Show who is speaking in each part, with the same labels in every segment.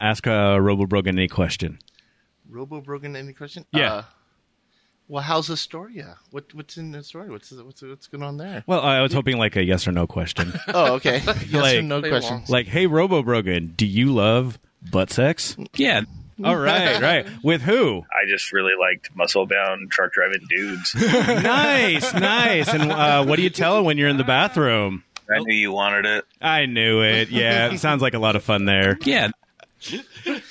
Speaker 1: Ask uh, Robo Brogan any question.
Speaker 2: Robo Brogan, any question?
Speaker 1: Yeah.
Speaker 2: Uh, well, how's Astoria? What what's in Astoria? What's what's what's going on there?
Speaker 1: Well, I was hoping like a yes or no question.
Speaker 2: Oh, okay. yes or
Speaker 1: Like-
Speaker 2: no
Speaker 3: Play
Speaker 2: question.
Speaker 3: along.
Speaker 1: like, hey, Robo Brogan, do you love butt sex?
Speaker 4: Yeah.
Speaker 1: All right, right. With who?
Speaker 5: I just really liked muscle bound truck driving dudes.
Speaker 1: Nice, nice. And uh, what do you tell her when you're in the bathroom?
Speaker 5: I knew you wanted it.
Speaker 1: I knew it. Yeah, it sounds like a lot of fun there.
Speaker 4: Yeah.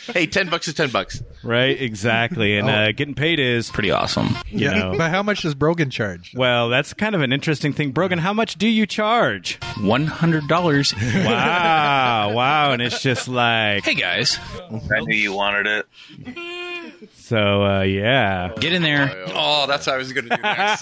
Speaker 2: Hey, ten bucks is ten bucks.
Speaker 1: Right, exactly. And uh, getting paid is,
Speaker 4: Pretty awesome.
Speaker 1: you
Speaker 6: Oh.
Speaker 1: know.
Speaker 7: But how much does Brogan charge?
Speaker 1: Well, that's kind of an interesting thing. Brogan, how much do you charge?
Speaker 4: $100.
Speaker 1: Wow, wow. And it's just like,
Speaker 4: hey, guys.
Speaker 5: I knew you wanted it.
Speaker 1: so, uh, yeah.
Speaker 4: Get in there.
Speaker 3: Oh, that's what I was going to do next.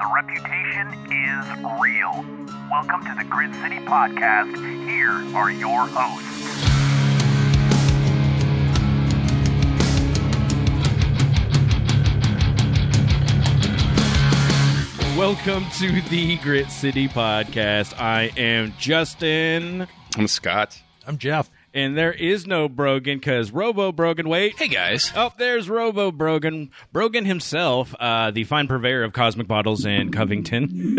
Speaker 8: The reputation is real. Welcome to the Grid City Podcast. Here are your hosts.
Speaker 1: Welcome to the Grit City Podcast. I am Justin,
Speaker 3: I'm Scott.
Speaker 7: I'm Jeff.
Speaker 1: and there is no Brogan because Robo Brogan, wait.
Speaker 4: Hey, guys.
Speaker 1: Oh, there's Robo Brogan. Brogan himself, uh, the fine purveyor of cosmic bottles in Covington.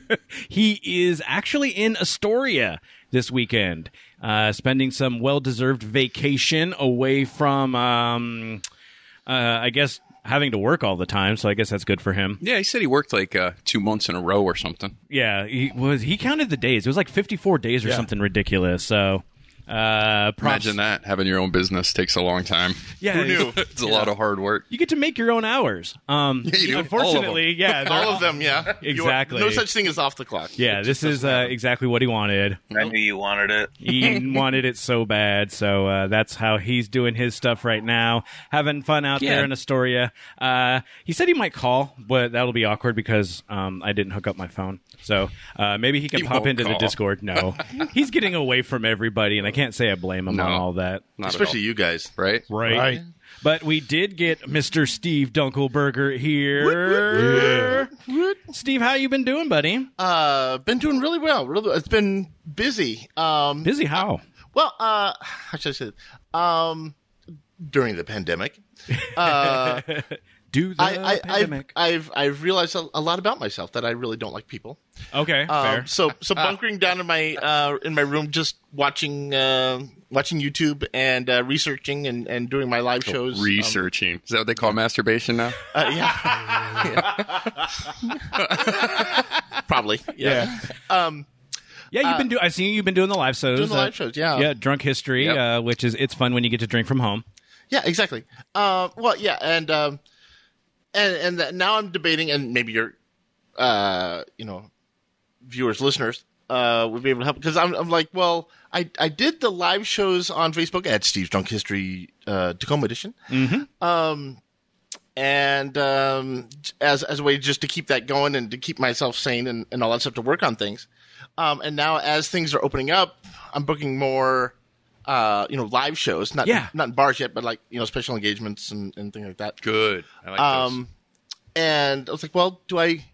Speaker 1: he is actually in Astoria this weekend, uh, spending some well deserved vacation away from, um, uh, I guess, having to work all the time. So I guess that's good for him.
Speaker 3: Yeah, he said he worked like uh, two months in a row or something.
Speaker 1: Yeah, he was. He counted the days. It was like 54 days or something ridiculous. So. Uh, props.
Speaker 3: Imagine that. Having your own business takes a long time.
Speaker 1: Yeah,
Speaker 3: Who knew? it's a lot of hard work.
Speaker 1: You get to make your own hours. Um,
Speaker 3: you do. All of them.
Speaker 1: unfortunately, yeah, they're
Speaker 2: All of them, yeah. You are-
Speaker 1: Exactly.
Speaker 2: no such thing as off the clock.
Speaker 1: Yeah, this is uh, exactly what he wanted.
Speaker 5: I knew you wanted it.
Speaker 1: He wanted it so bad, so uh, that's how he's doing his stuff right now, having fun out
Speaker 4: Yeah.
Speaker 1: there in Astoria. Uh, he said he might call, but that'll be awkward because um, I didn't hook up my phone. So uh, maybe he can
Speaker 3: He
Speaker 1: pop
Speaker 3: won't
Speaker 1: into the
Speaker 3: call.
Speaker 1: Discord. No, he's getting away from everybody, and I can't say I blame him
Speaker 3: No.
Speaker 1: on all that.
Speaker 3: Not
Speaker 2: Especially
Speaker 3: at
Speaker 2: you guys.
Speaker 3: all. right?
Speaker 1: Right. But we did get Mr. Steve Dunkelberger here. Steve, how you been doing, buddy?
Speaker 2: Uh, been doing really well. Really, it's been busy. Um,
Speaker 1: Busy how?
Speaker 2: well, uh, how should I say it? Um, during the pandemic, uh,
Speaker 1: Do the
Speaker 2: I, I, I've,
Speaker 1: pandemic.
Speaker 2: I've, I've realized a, a lot about myself that I really don't like people.
Speaker 1: okay, fair.
Speaker 2: Um, so so bunkering down in my uh, in my room, just watching uh, watching YouTube and uh, researching and, and doing my live shows. um,
Speaker 3: Researching. Is that what they call masturbation now?
Speaker 2: uh, yeah. Probably. Yeah. Um,
Speaker 1: Yeah, you've been doing. I see you've been doing the live shows.
Speaker 2: doing the
Speaker 1: uh,
Speaker 2: live shows. Yeah.
Speaker 1: yeah, drunk history,
Speaker 3: Yep.
Speaker 1: uh, which is it's fun when you get to drink from home.
Speaker 2: Yeah, Exactly. Uh, well. Yeah. And um, and and that now I'm debating, and maybe your uh, you know, viewers, listeners. Uh, would be able to help because I'm, I'm like, well, I, I did the live shows on Facebook at Steve's Drunk History uh, Tacoma Edition, Um, and um, j- as as a way just to keep that going and to keep myself sane and, and all that stuff to work on things. Um, and now as things are opening up, I'm booking more, uh, you know, live shows. Not
Speaker 1: Yeah.
Speaker 2: not in bars yet, but like you know, special engagements and, and things like that.
Speaker 3: Good. I like
Speaker 2: Um, and I was like, well, do I?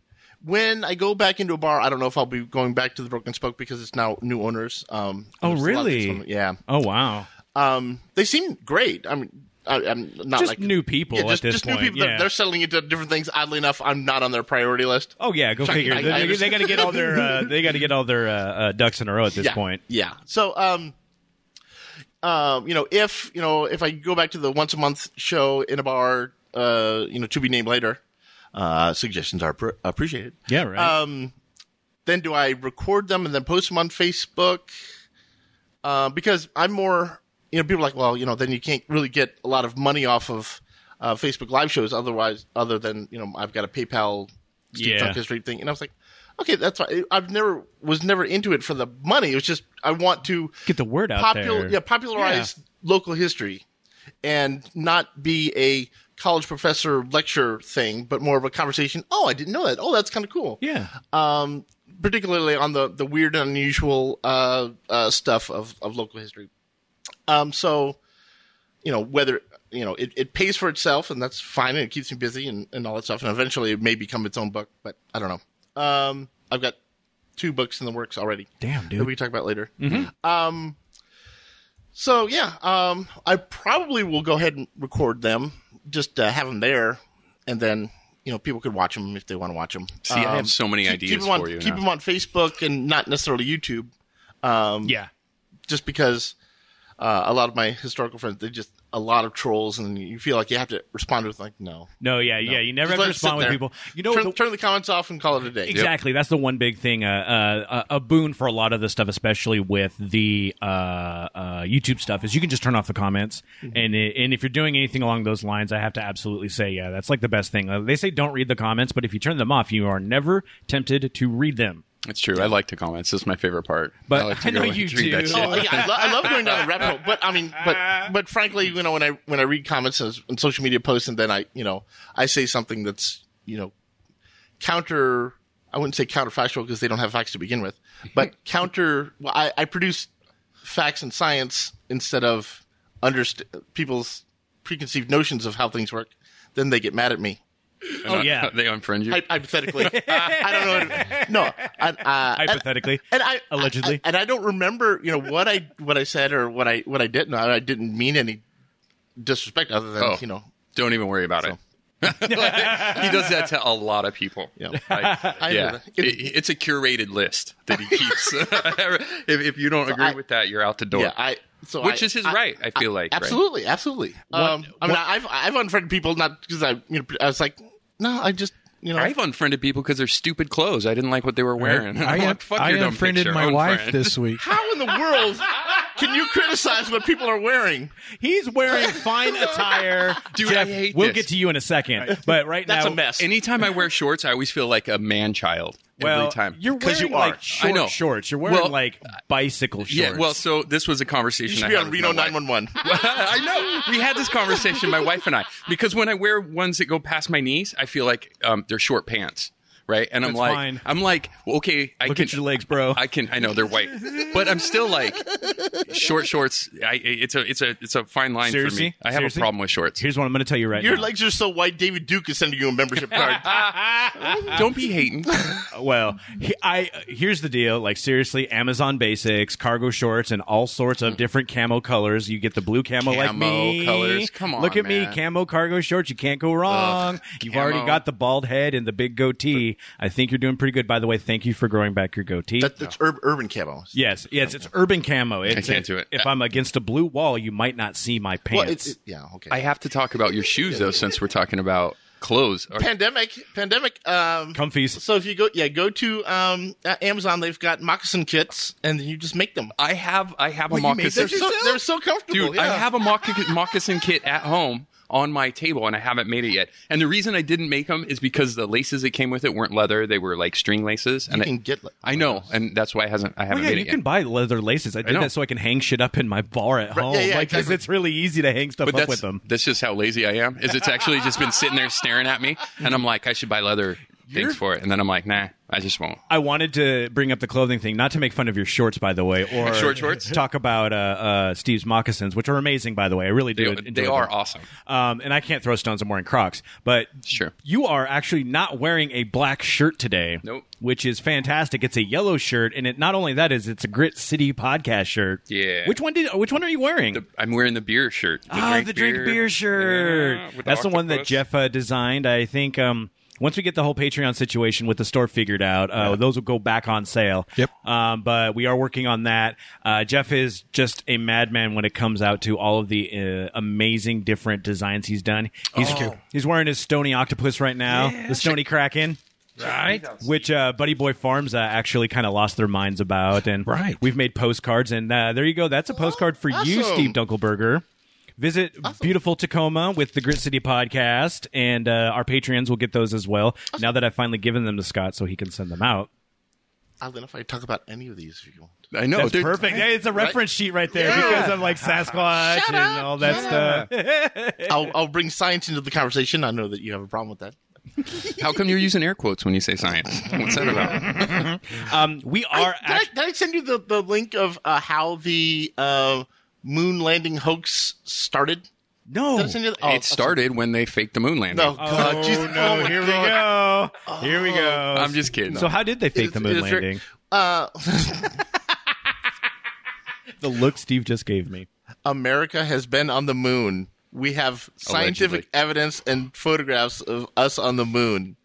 Speaker 2: When I go back into a bar, I don't know if I'll be going back to the Broken Spoke because it's now new owners. Um,
Speaker 1: Oh,
Speaker 2: there's a lot of
Speaker 1: really?
Speaker 2: things going- Yeah.
Speaker 1: Oh wow,
Speaker 2: Um, they seem great. I mean, I, I'm not
Speaker 1: just
Speaker 2: like
Speaker 1: new people
Speaker 2: yeah, just,
Speaker 1: at this
Speaker 2: just
Speaker 1: point.
Speaker 2: new people. They're,
Speaker 1: yeah.
Speaker 2: they're settling into different things. Oddly enough, I'm not on their priority list.
Speaker 1: oh yeah, go
Speaker 2: Sorry,
Speaker 1: figure.
Speaker 2: I- I
Speaker 1: they
Speaker 2: understand.
Speaker 1: got to get all their uh, they got to get all their uh, uh, ducks in a row at this
Speaker 2: yeah,
Speaker 1: point.
Speaker 2: yeah. So, um, um, you know, if you know, if I go back to the once a month show in a bar, uh, you know, to be named later, uh, suggestions are pr- appreciated.
Speaker 1: Yeah, right.
Speaker 2: Um, then do I record them and then post them on Facebook? Uh, because I'm more, you know, people are like, well, you know, then you can't really get a lot of money off of uh, Facebook live shows, otherwise, other than you know, I've got a PayPal Steve
Speaker 1: Yeah.
Speaker 2: Drunk History thing, and I was like, okay, that's fine. I've never was never into it for the money. It was just I want to
Speaker 1: Get the word out
Speaker 2: popular,
Speaker 1: there.
Speaker 2: yeah, popularize local history, and not be a college professor lecture thing, but more of a conversation. Oh, I didn't know that. Oh, that's kind of cool.
Speaker 1: Yeah.
Speaker 2: Um, particularly on the the weird and unusual uh, uh, stuff of of local history. Um, so you know whether you know it, it pays for itself and that's fine and it keeps me busy and, and all that stuff and eventually it may become its own book but i don't know um i've got two books in the works already
Speaker 1: Damn,
Speaker 2: that we can talk about later
Speaker 3: Mm-hmm.
Speaker 2: um so yeah um i probably will go ahead and record them just uh, have them there and then you know people could watch them if they want to watch them
Speaker 3: See, I have so many ideas
Speaker 2: keep them on,
Speaker 3: for you
Speaker 2: keep
Speaker 3: now.
Speaker 2: them on facebook and not necessarily youtube
Speaker 1: Yeah.
Speaker 2: just because uh, a lot of my historical friends they just a lot of trolls and you feel like you have to respond with like no
Speaker 1: No, yeah, yeah. You never have
Speaker 2: Just
Speaker 1: to
Speaker 2: let it sit
Speaker 1: respond with
Speaker 2: there.
Speaker 1: people. You know,
Speaker 2: turn,
Speaker 1: the-
Speaker 2: turn the comments off and call it a day
Speaker 1: Exactly. That's the one big thing. Uh, uh, a a boon for a lot of this stuff, especially with the uh, uh, YouTube stuff, is you can just turn off the comments. And it, and if you're doing anything along those lines, I have to absolutely say, yeah, that's like the best thing. Uh, they say don't read the comments, but if you turn them off, you are never tempted to read them.
Speaker 3: It's true. I like to comment. It's just my favorite part.
Speaker 1: But
Speaker 3: I, like
Speaker 1: I know
Speaker 3: and
Speaker 1: you
Speaker 3: read that
Speaker 1: do.
Speaker 3: shit.
Speaker 2: Oh, yeah, I, lo- I love going down the rabbit hole, but I mean, but but frankly, you know, when I when I read comments on, on social media posts, and then I, you know, I say something that's you know counter. I wouldn't say counterfactual because they don't have facts to begin with, but counter. Well, I, I produce facts and science instead of underst- people's preconceived notions of how things work. Then they get mad at me.
Speaker 3: And I-
Speaker 1: yeah.
Speaker 3: they unfriend you.
Speaker 2: Hy- hypothetically, Uh, I don't know. What, no, I, uh, and-
Speaker 1: Hypothetically.
Speaker 2: and I
Speaker 1: Allegedly.
Speaker 2: I- and I don't remember, you know, what I what I said or what I what I didn't. I, I didn't mean any disrespect, other than
Speaker 3: Oh.
Speaker 2: you know,
Speaker 3: Don't even worry about it. he does that to a lot of people.
Speaker 2: Yeah.
Speaker 3: I,
Speaker 2: I hear
Speaker 3: yeah.
Speaker 2: that.
Speaker 3: It- it's a curated list that he keeps. if, if you don't agree
Speaker 2: I-
Speaker 3: with that, you're out the door.
Speaker 2: yeah, I. So
Speaker 3: which
Speaker 2: I-
Speaker 3: is his
Speaker 2: I-
Speaker 3: right. I feel like right?
Speaker 2: Absolutely, absolutely. um, I mean, I've I've unfriended people not because I you know I was like, no, I just you know,
Speaker 3: I've unfriended people because they're stupid clothes. I didn't like what they were wearing.
Speaker 7: I,
Speaker 3: I'm
Speaker 7: un-
Speaker 3: like, fuck
Speaker 7: I
Speaker 3: your dumb
Speaker 7: unfriended
Speaker 3: picture.
Speaker 7: my wife
Speaker 3: Unfriend.
Speaker 7: this week.
Speaker 2: how in the world can you criticize what people are wearing?
Speaker 1: He's wearing fine attire.
Speaker 3: Dude,
Speaker 1: Jeff,
Speaker 3: I hate
Speaker 1: we'll
Speaker 3: this.
Speaker 1: get to you in a second. But right
Speaker 2: That's
Speaker 1: now,
Speaker 2: a mess.
Speaker 3: Anytime I wear shorts, I always feel like a man child.
Speaker 1: Well,
Speaker 3: every time.
Speaker 1: you're wearing
Speaker 2: you are.
Speaker 1: like
Speaker 2: I
Speaker 1: short
Speaker 3: know.
Speaker 1: shorts. You're wearing
Speaker 3: Well,
Speaker 1: like bicycle shorts.
Speaker 3: yeah. Well, so this was a
Speaker 2: you
Speaker 3: conversation.
Speaker 2: should
Speaker 3: I
Speaker 2: be
Speaker 3: had
Speaker 2: on
Speaker 3: with
Speaker 2: Reno
Speaker 3: my wife.
Speaker 2: nine one one.
Speaker 3: I know. We had this conversation, my wife and I, because when I wear ones that go past my knees, I feel like um, they're short pants, right? And I'm
Speaker 1: That's
Speaker 3: like,
Speaker 1: fine.
Speaker 3: I'm like, well, okay, I
Speaker 1: look
Speaker 3: can,
Speaker 1: at your legs, bro.
Speaker 3: I can, I know they're white, but I'm still like, short shorts. I, it's a, it's a, it's a fine line for
Speaker 1: Seriously?
Speaker 3: me. I have
Speaker 1: Seriously?
Speaker 3: a problem with shorts.
Speaker 1: Here's what I'm going to tell you right
Speaker 2: Your
Speaker 1: now.
Speaker 2: legs are so wide. David Duke is sending you a membership card.
Speaker 3: Don't be hating.
Speaker 1: well, he, I here's the deal. Like seriously, Amazon basics, cargo shorts, and all sorts of different camo colors. You get the blue camo, like
Speaker 3: Camo
Speaker 1: me.
Speaker 3: colors. Come on,
Speaker 1: look at
Speaker 3: man.
Speaker 1: me, camo cargo shorts. You can't go wrong. You've
Speaker 3: camo.
Speaker 1: already got the bald head and the big goatee. I think you're doing pretty good. By the way, thank you for growing back your goatee.
Speaker 2: That, that's ur- urban camo.
Speaker 1: yes, yes, it's urban camo. It's,
Speaker 3: can't do it.
Speaker 1: If I'm against a blue wall, you might not see my pants.
Speaker 2: Well, it's yeah, okay.
Speaker 3: I have to talk about your shoes though, since we're talking about clothes.
Speaker 2: pandemic, pandemic. Um,
Speaker 1: Comfies.
Speaker 2: So if you go, yeah, go to um, uh, Amazon. They've got moccasin kits, and then you just make them.
Speaker 3: I have, I have a
Speaker 2: They're
Speaker 3: moccasin.
Speaker 2: so, they're so comfortable.
Speaker 3: Dude,
Speaker 2: yeah.
Speaker 3: I have a mocc- moccasin kit at home on my table and I haven't made it yet. And the reason I didn't make them is because the laces that came with it weren't leather; they were like string laces. And
Speaker 2: You
Speaker 3: I-
Speaker 2: can get like-
Speaker 3: I know, and that's why I hasn't. I
Speaker 1: Oh
Speaker 3: haven't
Speaker 1: yeah,
Speaker 3: made
Speaker 1: you
Speaker 3: it
Speaker 1: can
Speaker 3: yet.
Speaker 1: buy leather laces. I did
Speaker 3: know.
Speaker 1: that so I can hang shit up in my bar at home.
Speaker 2: yeah, yeah,
Speaker 1: like, 'cause
Speaker 2: exactly.
Speaker 1: it's really easy to hang stuff
Speaker 3: But
Speaker 1: up
Speaker 3: that's
Speaker 1: with them.
Speaker 3: that's just how lazy I am. Is it's actually just been sitting there staring at me, and I'm like, I should buy leather things for it, and then I'm like, nah, I just won't.
Speaker 1: I wanted to bring up the clothing thing, not to make fun of your shorts, by the way, or
Speaker 3: short shorts?
Speaker 1: Talk about uh, uh, Steve's moccasins, which are amazing, by the way. I really
Speaker 3: They,
Speaker 1: do.
Speaker 3: they
Speaker 1: enjoy
Speaker 3: are
Speaker 1: them.
Speaker 3: awesome.
Speaker 1: Um, and I can't throw stones. I'm wearing Crocs, but
Speaker 3: Sure.
Speaker 1: you are actually not wearing a black shirt today.
Speaker 3: Nope.
Speaker 1: Which is fantastic. It's a yellow shirt, and it not only that is it's a Grit City podcast shirt.
Speaker 3: Yeah.
Speaker 1: Which one did? Which one are you wearing?
Speaker 3: I'm wearing the beer shirt. The Oh,
Speaker 1: Ah, the drink beer, shirt.
Speaker 3: Yeah, with
Speaker 1: That's the one that
Speaker 3: octopus.
Speaker 1: Jeff uh, designed. I think um, once we get the whole Patreon situation with the store figured out, uh, those will go back on sale.
Speaker 7: Yep.
Speaker 1: Um, but we are working on that. Uh, Jeff is just a madman when it comes out to all of the uh, amazing different designs he's done. He's he's wearing his stony octopus right now, the stony kraken.
Speaker 4: Right?
Speaker 1: Which uh, Buddy Boy Farms uh, actually kind of lost their minds about, and
Speaker 7: Right.
Speaker 1: we've made postcards, and uh, there you go. That's a postcard for you,
Speaker 2: awesome.
Speaker 1: Steve Dunkelberger. Visit beautiful Tacoma with the Grit City podcast, and uh, our Patreons will get those as well. Now that I've finally given them to Scott, so he can send them out.
Speaker 2: Oddly enough, I talk about any of these if you want.
Speaker 3: I know.
Speaker 7: That's
Speaker 3: they're-
Speaker 7: perfect. Hey, it's a reference sheet right there because I'm like Sasquatch and all that stuff. Eh,
Speaker 2: I'll, I'll bring science into the conversation. I know that you have a problem with that.
Speaker 3: How come you're using air quotes when you say science? What's that about?
Speaker 1: Um, we are
Speaker 2: did, I,
Speaker 1: act-
Speaker 2: did I send you the, the link of uh, how the uh, moon landing hoax started?
Speaker 1: no.
Speaker 2: Did I send you the- oh,
Speaker 3: it started when they faked the moon landing.
Speaker 2: No, God,
Speaker 7: oh,
Speaker 2: Jesus.
Speaker 7: no,
Speaker 2: Oh, my
Speaker 7: here
Speaker 2: God.
Speaker 7: we go. Here we go.
Speaker 3: I'm just kidding.
Speaker 1: So how did they fake
Speaker 2: It is-
Speaker 1: the moon
Speaker 2: it is very-
Speaker 1: landing?
Speaker 2: Uh,
Speaker 1: The look Steve just gave me.
Speaker 2: America has been on the moon. We have scientific
Speaker 3: Allegedly.
Speaker 2: evidence and photographs of us on the moon.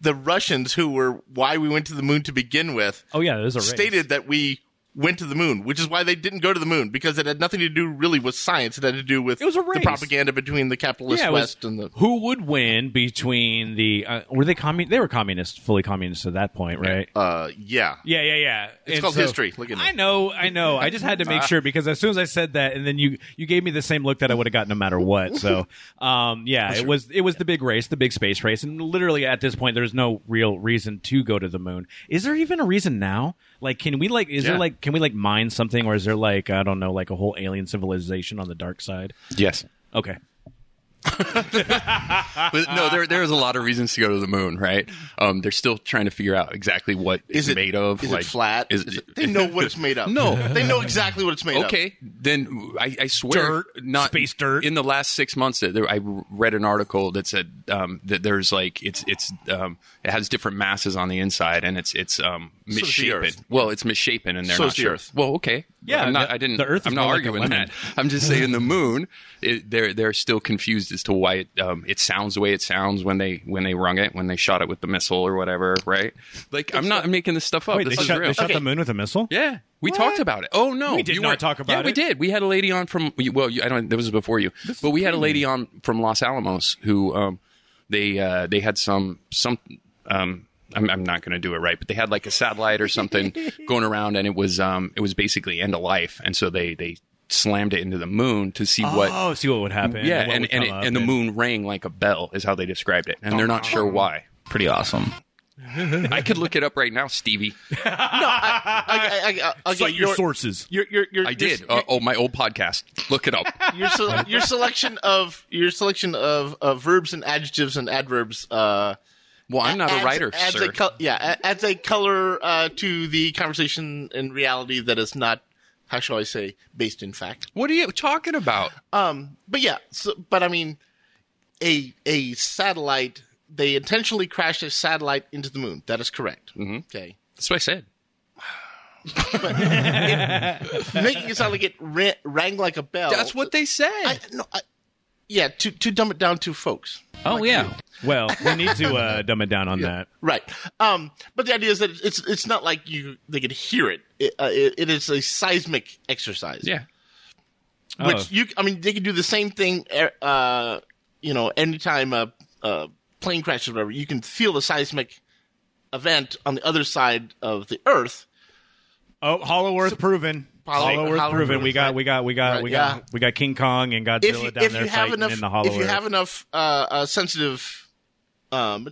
Speaker 2: The Russians, who were why we went to the moon to begin with,
Speaker 1: Oh yeah, there's a race.
Speaker 2: stated that we went to the moon, which is why they didn't go to the moon because it had nothing to do really with science. It had to do with
Speaker 1: It was a
Speaker 2: the
Speaker 1: race.
Speaker 2: propaganda between the capitalist
Speaker 1: Yeah, it was-
Speaker 2: West and the.
Speaker 1: Who would win between the uh, were they commun? They were communists, fully communists at that point, right?
Speaker 2: Uh, yeah.
Speaker 1: Yeah, yeah, yeah.
Speaker 2: It's called history. Look at Ah. it.
Speaker 1: I know, I know. I just had to make sure because as soon as I said that, and then you you gave me the same look that I would have gotten no matter what. So, um, yeah, it was it was the big race, the big space race, and literally at this point, there's no real reason to go to the moon. Is there even a reason now? Like, can we like is there
Speaker 3: Yeah.
Speaker 1: like can we like mine something, or is there like I don't know, like a whole alien civilization on the dark side?
Speaker 3: yes.
Speaker 1: Okay,
Speaker 3: But no, there there's a lot of reasons to go to the moon, right? Um, they're still trying to figure out exactly what is
Speaker 2: Is it
Speaker 3: made of.
Speaker 2: Is
Speaker 3: like,
Speaker 2: it flat?
Speaker 3: Is,
Speaker 2: Is it- they know what it's made of.
Speaker 3: No.
Speaker 2: they know exactly what it's made of.
Speaker 3: okay, then I, I swear,
Speaker 1: Dirt,
Speaker 3: not
Speaker 1: space dirt.
Speaker 3: In the last six months, that there, I read an article that said um, that there's like it's it's um, it has different masses on the inside, and it's it's um,
Speaker 2: the
Speaker 3: misshapen.
Speaker 2: Earth.
Speaker 3: well, it's misshapen, and they're
Speaker 2: So
Speaker 3: not
Speaker 2: is the
Speaker 3: sure.
Speaker 2: Earth.
Speaker 3: Well, okay,
Speaker 1: Yeah,
Speaker 3: I'm not.
Speaker 1: the-
Speaker 3: I didn't.
Speaker 1: the Earth is
Speaker 3: I'm not
Speaker 1: more like a
Speaker 3: arguing
Speaker 1: lemon.
Speaker 3: that. I'm just saying the moon. It, they're they're still confused as to why it um, it sounds the way it sounds when they when they rung it when they shot it with the missile or whatever. Right? Like I'm not making this stuff
Speaker 2: Oh,
Speaker 3: up.
Speaker 1: wait,
Speaker 3: this
Speaker 1: they
Speaker 3: is
Speaker 1: shot,
Speaker 3: real.
Speaker 1: they shot the moon with a missile.
Speaker 3: Yeah, we talked about it. Oh no,
Speaker 1: We did
Speaker 3: you
Speaker 1: not
Speaker 3: weren't-
Speaker 1: talk about
Speaker 3: yeah, we
Speaker 1: it.
Speaker 3: did. We had a lady on from well, you, I don't. That was before you, but we had a lady on from Los Alamos who um, they uh, they had some some. Um, I'm, I'm not going to do it right, but they had like a satellite or something going around, and it was um it was basically end of life, and so they they slammed it into the moon to see what
Speaker 1: Oh, see what would happen.
Speaker 3: yeah,
Speaker 1: what
Speaker 3: and
Speaker 1: would
Speaker 3: and,
Speaker 1: come
Speaker 3: it,
Speaker 1: up
Speaker 3: and the moon rang like a bell is how they described it, and they're not
Speaker 1: Uh-huh.
Speaker 3: sure why.
Speaker 4: Pretty awesome.
Speaker 3: I could look it up right now, Stevie.
Speaker 2: I, I, I, I'll
Speaker 1: Cite
Speaker 2: get
Speaker 1: your sources.
Speaker 2: Your, your, your,
Speaker 3: I
Speaker 2: your-
Speaker 3: did. Uh, oh, my old podcast. Look it up.
Speaker 2: your, se- your selection of your selection of, of verbs and adjectives and adverbs. Uh,
Speaker 3: Well, I'm not
Speaker 2: adds-
Speaker 3: a writer,
Speaker 2: adds
Speaker 3: sir.
Speaker 2: A col- yeah, a- adds a color uh, to the conversation and reality that is not, how shall I say, based in fact.
Speaker 3: What are you talking about?
Speaker 2: Um, but yeah, so, but I mean, a a satellite. They intentionally crashed a satellite into the moon. That is correct.
Speaker 3: Mm-hmm.
Speaker 2: Okay,
Speaker 3: That's what I said.
Speaker 2: making it sound like it ra- rang like a bell.
Speaker 3: That's what they said.
Speaker 2: I, no, I, yeah, to to dumb it down to folks.
Speaker 4: Oh yeah.
Speaker 1: Well, we need to uh, dumb it down on that.
Speaker 2: Right. Um, but the idea is that it's it's not like you they could hear it. It, uh, it, it is a seismic exercise.
Speaker 3: yeah.
Speaker 2: Which
Speaker 1: Oh.
Speaker 2: you, I mean, they could do the same thing. er, Uh, you know, anytime a, a plane crashes, or whatever, you can feel the seismic event on the other side of the Earth.
Speaker 7: Oh, Hollow Earth proven.
Speaker 2: Hollow-
Speaker 1: Hollow Earth
Speaker 2: Hollow
Speaker 1: proven.
Speaker 2: Earth,
Speaker 1: We got,
Speaker 2: right.
Speaker 1: we got, we got,
Speaker 2: Right,
Speaker 1: we got,
Speaker 2: yeah.
Speaker 1: we got King Kong and Godzilla
Speaker 2: If you,
Speaker 1: down
Speaker 2: if
Speaker 1: there
Speaker 2: you have
Speaker 1: fighting
Speaker 2: enough,
Speaker 1: in the Hollow
Speaker 2: if you
Speaker 1: Earth.
Speaker 2: have enough uh, uh, sensitive um,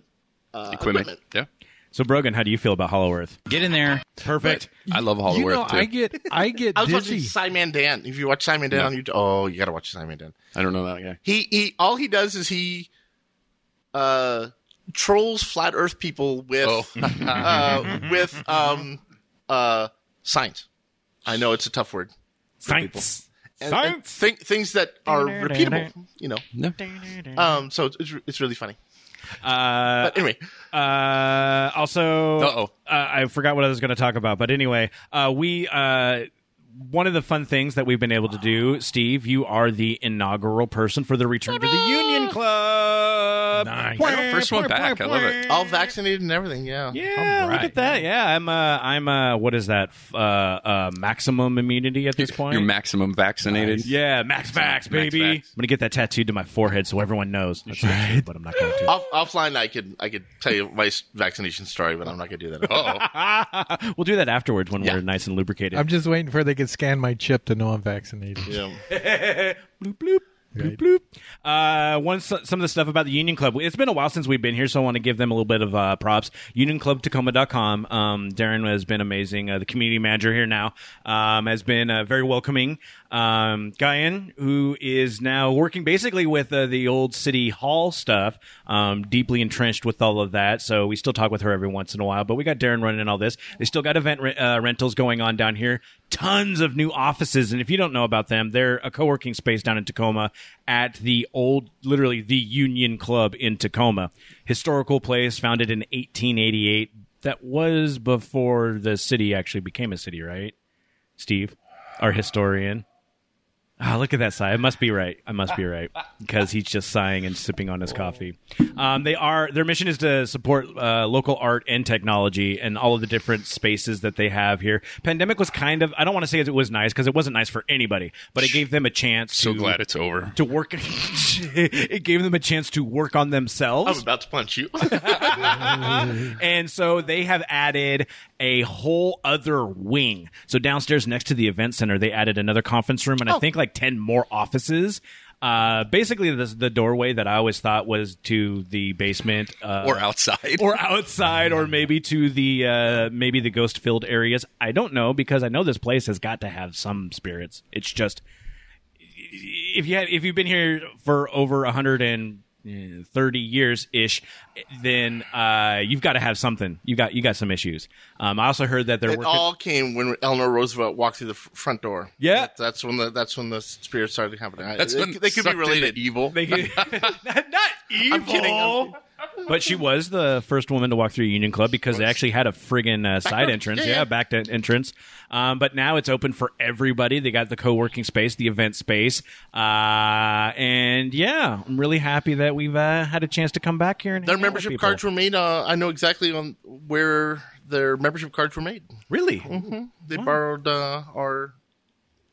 Speaker 2: uh,
Speaker 3: Equipment. Yeah.
Speaker 1: so, Brogan, how do you feel about Hollow Earth?
Speaker 4: Get in there.
Speaker 1: Perfect.
Speaker 3: I love Hollow
Speaker 6: you
Speaker 3: Earth
Speaker 6: know,
Speaker 3: too.
Speaker 6: I get, I get
Speaker 2: I was watching
Speaker 6: dizzy.
Speaker 2: Simon Dan. If you watch Simon Dan on YouTube, oh, you gotta watch Simon Dan.
Speaker 3: I don't know that guy.
Speaker 2: He he all he does is he uh trolls flat earth people with
Speaker 3: Oh.
Speaker 2: uh with um uh science. I know it's a tough word.
Speaker 1: Science.
Speaker 2: And, and thi- things that are repeatable, you know.
Speaker 3: No.
Speaker 2: Um so it's- it's re- it's really funny.
Speaker 1: Uh,
Speaker 2: But anyway,
Speaker 1: uh, also,
Speaker 3: Uh-oh.
Speaker 1: uh, I forgot what I was going to talk about, but anyway, uh, we. Uh, one of the fun things that we've been able to do, Steve, you are the inaugural person for the Return to the Union Club.
Speaker 6: Nice.
Speaker 3: Oh, first one back. I love it.
Speaker 2: all vaccinated and everything, yeah.
Speaker 1: Yeah,
Speaker 6: All
Speaker 1: look
Speaker 6: right.
Speaker 1: at that. Yeah, I'm uh I'm uh what is that? F- Uh, uh maximum immunity at this point.
Speaker 3: You're maximum vaccinated.
Speaker 1: yeah, max vax, baby.
Speaker 3: vax.
Speaker 1: I'm gonna get that tattooed to my forehead so everyone knows. That's what I did, but I'm not going to.
Speaker 2: Off, offline, I could I could tell you my s- vaccination story, but I'm not gonna do that.
Speaker 3: Oh,
Speaker 1: Ah, we'll do that afterwards when
Speaker 3: Yeah.
Speaker 1: we're nice and lubricated.
Speaker 6: I'm just waiting for they can scan my chip to know I'm vaccinated.
Speaker 2: Yeah.
Speaker 1: bloop bloop.
Speaker 7: Right.
Speaker 1: Bloop. Uh, one so- some of the stuff about the Union Club. It's been a while since we've been here, so I want to give them a little bit of uh, props. UnionClubTacoma.com. Um, Darren has been amazing. Uh, the community manager here now um, has been uh, very welcoming. Um, Guyan, who is now working basically with uh, the old city hall stuff, um, deeply entrenched with all of that. So we still talk with her every once in a while. But we got Darren running all this. They still got event re- uh, rentals going on down here tons of new offices. And if you don't know about them, they're a co working space down in Tacoma at the old, literally the Union Club in Tacoma. Historical place founded in 1888. That was before the city actually became a city, right? Steve, our historian. Ah, look at that sigh. I must be right. I must be right because he's just sighing and sipping on his coffee. Um, they are their mission is to support uh, local art and technology and all of the different spaces that they have here. Pandemic was kind of I don't want to say it was nice because it wasn't nice for anybody, but it gave them a chance.
Speaker 3: So
Speaker 1: to,
Speaker 3: glad it's over.
Speaker 1: to work. it gave them a chance to work on themselves.
Speaker 2: I'm about to punch you.
Speaker 1: And so they have added a whole other wing. So downstairs next to the event center, they added another conference room and I think like 10 more offices. Uh, basically, the, the doorway that I always thought was to the basement uh,
Speaker 3: or outside.
Speaker 1: or outside, or maybe to the uh, maybe the ghost filled areas. I don't know because I know this place has got to have some spirits. It's just if you had, if you've been here for over hundred and eh, thirty years ish, then uh, you've got to have something. You got you got some issues. Um, I also heard that they're
Speaker 2: it
Speaker 1: working.
Speaker 2: all came when Eleanor Roosevelt walked through the f- front door.
Speaker 1: Yeah.
Speaker 2: That- that's when the that's when the spirits started happening. I-
Speaker 3: That's
Speaker 2: they,
Speaker 3: when
Speaker 2: they could be
Speaker 3: sucked
Speaker 2: related.
Speaker 3: into evil.
Speaker 1: They- not, not evil.
Speaker 2: I'm kidding, I'm
Speaker 1: but she was the first woman to walk through Union Club because they actually had a friggin' uh, side entrance, yeah,
Speaker 2: yeah.
Speaker 1: back to entrance. Um, but now it's open for everybody. They got the co-working space, the event space, uh, and yeah, I'm really happy that we've uh, had a chance to come back here. And
Speaker 2: Their
Speaker 1: hang out with
Speaker 2: membership
Speaker 1: people.
Speaker 2: cards were made. Uh, I know exactly on where their membership cards were made.
Speaker 1: really.
Speaker 2: They borrowed uh, our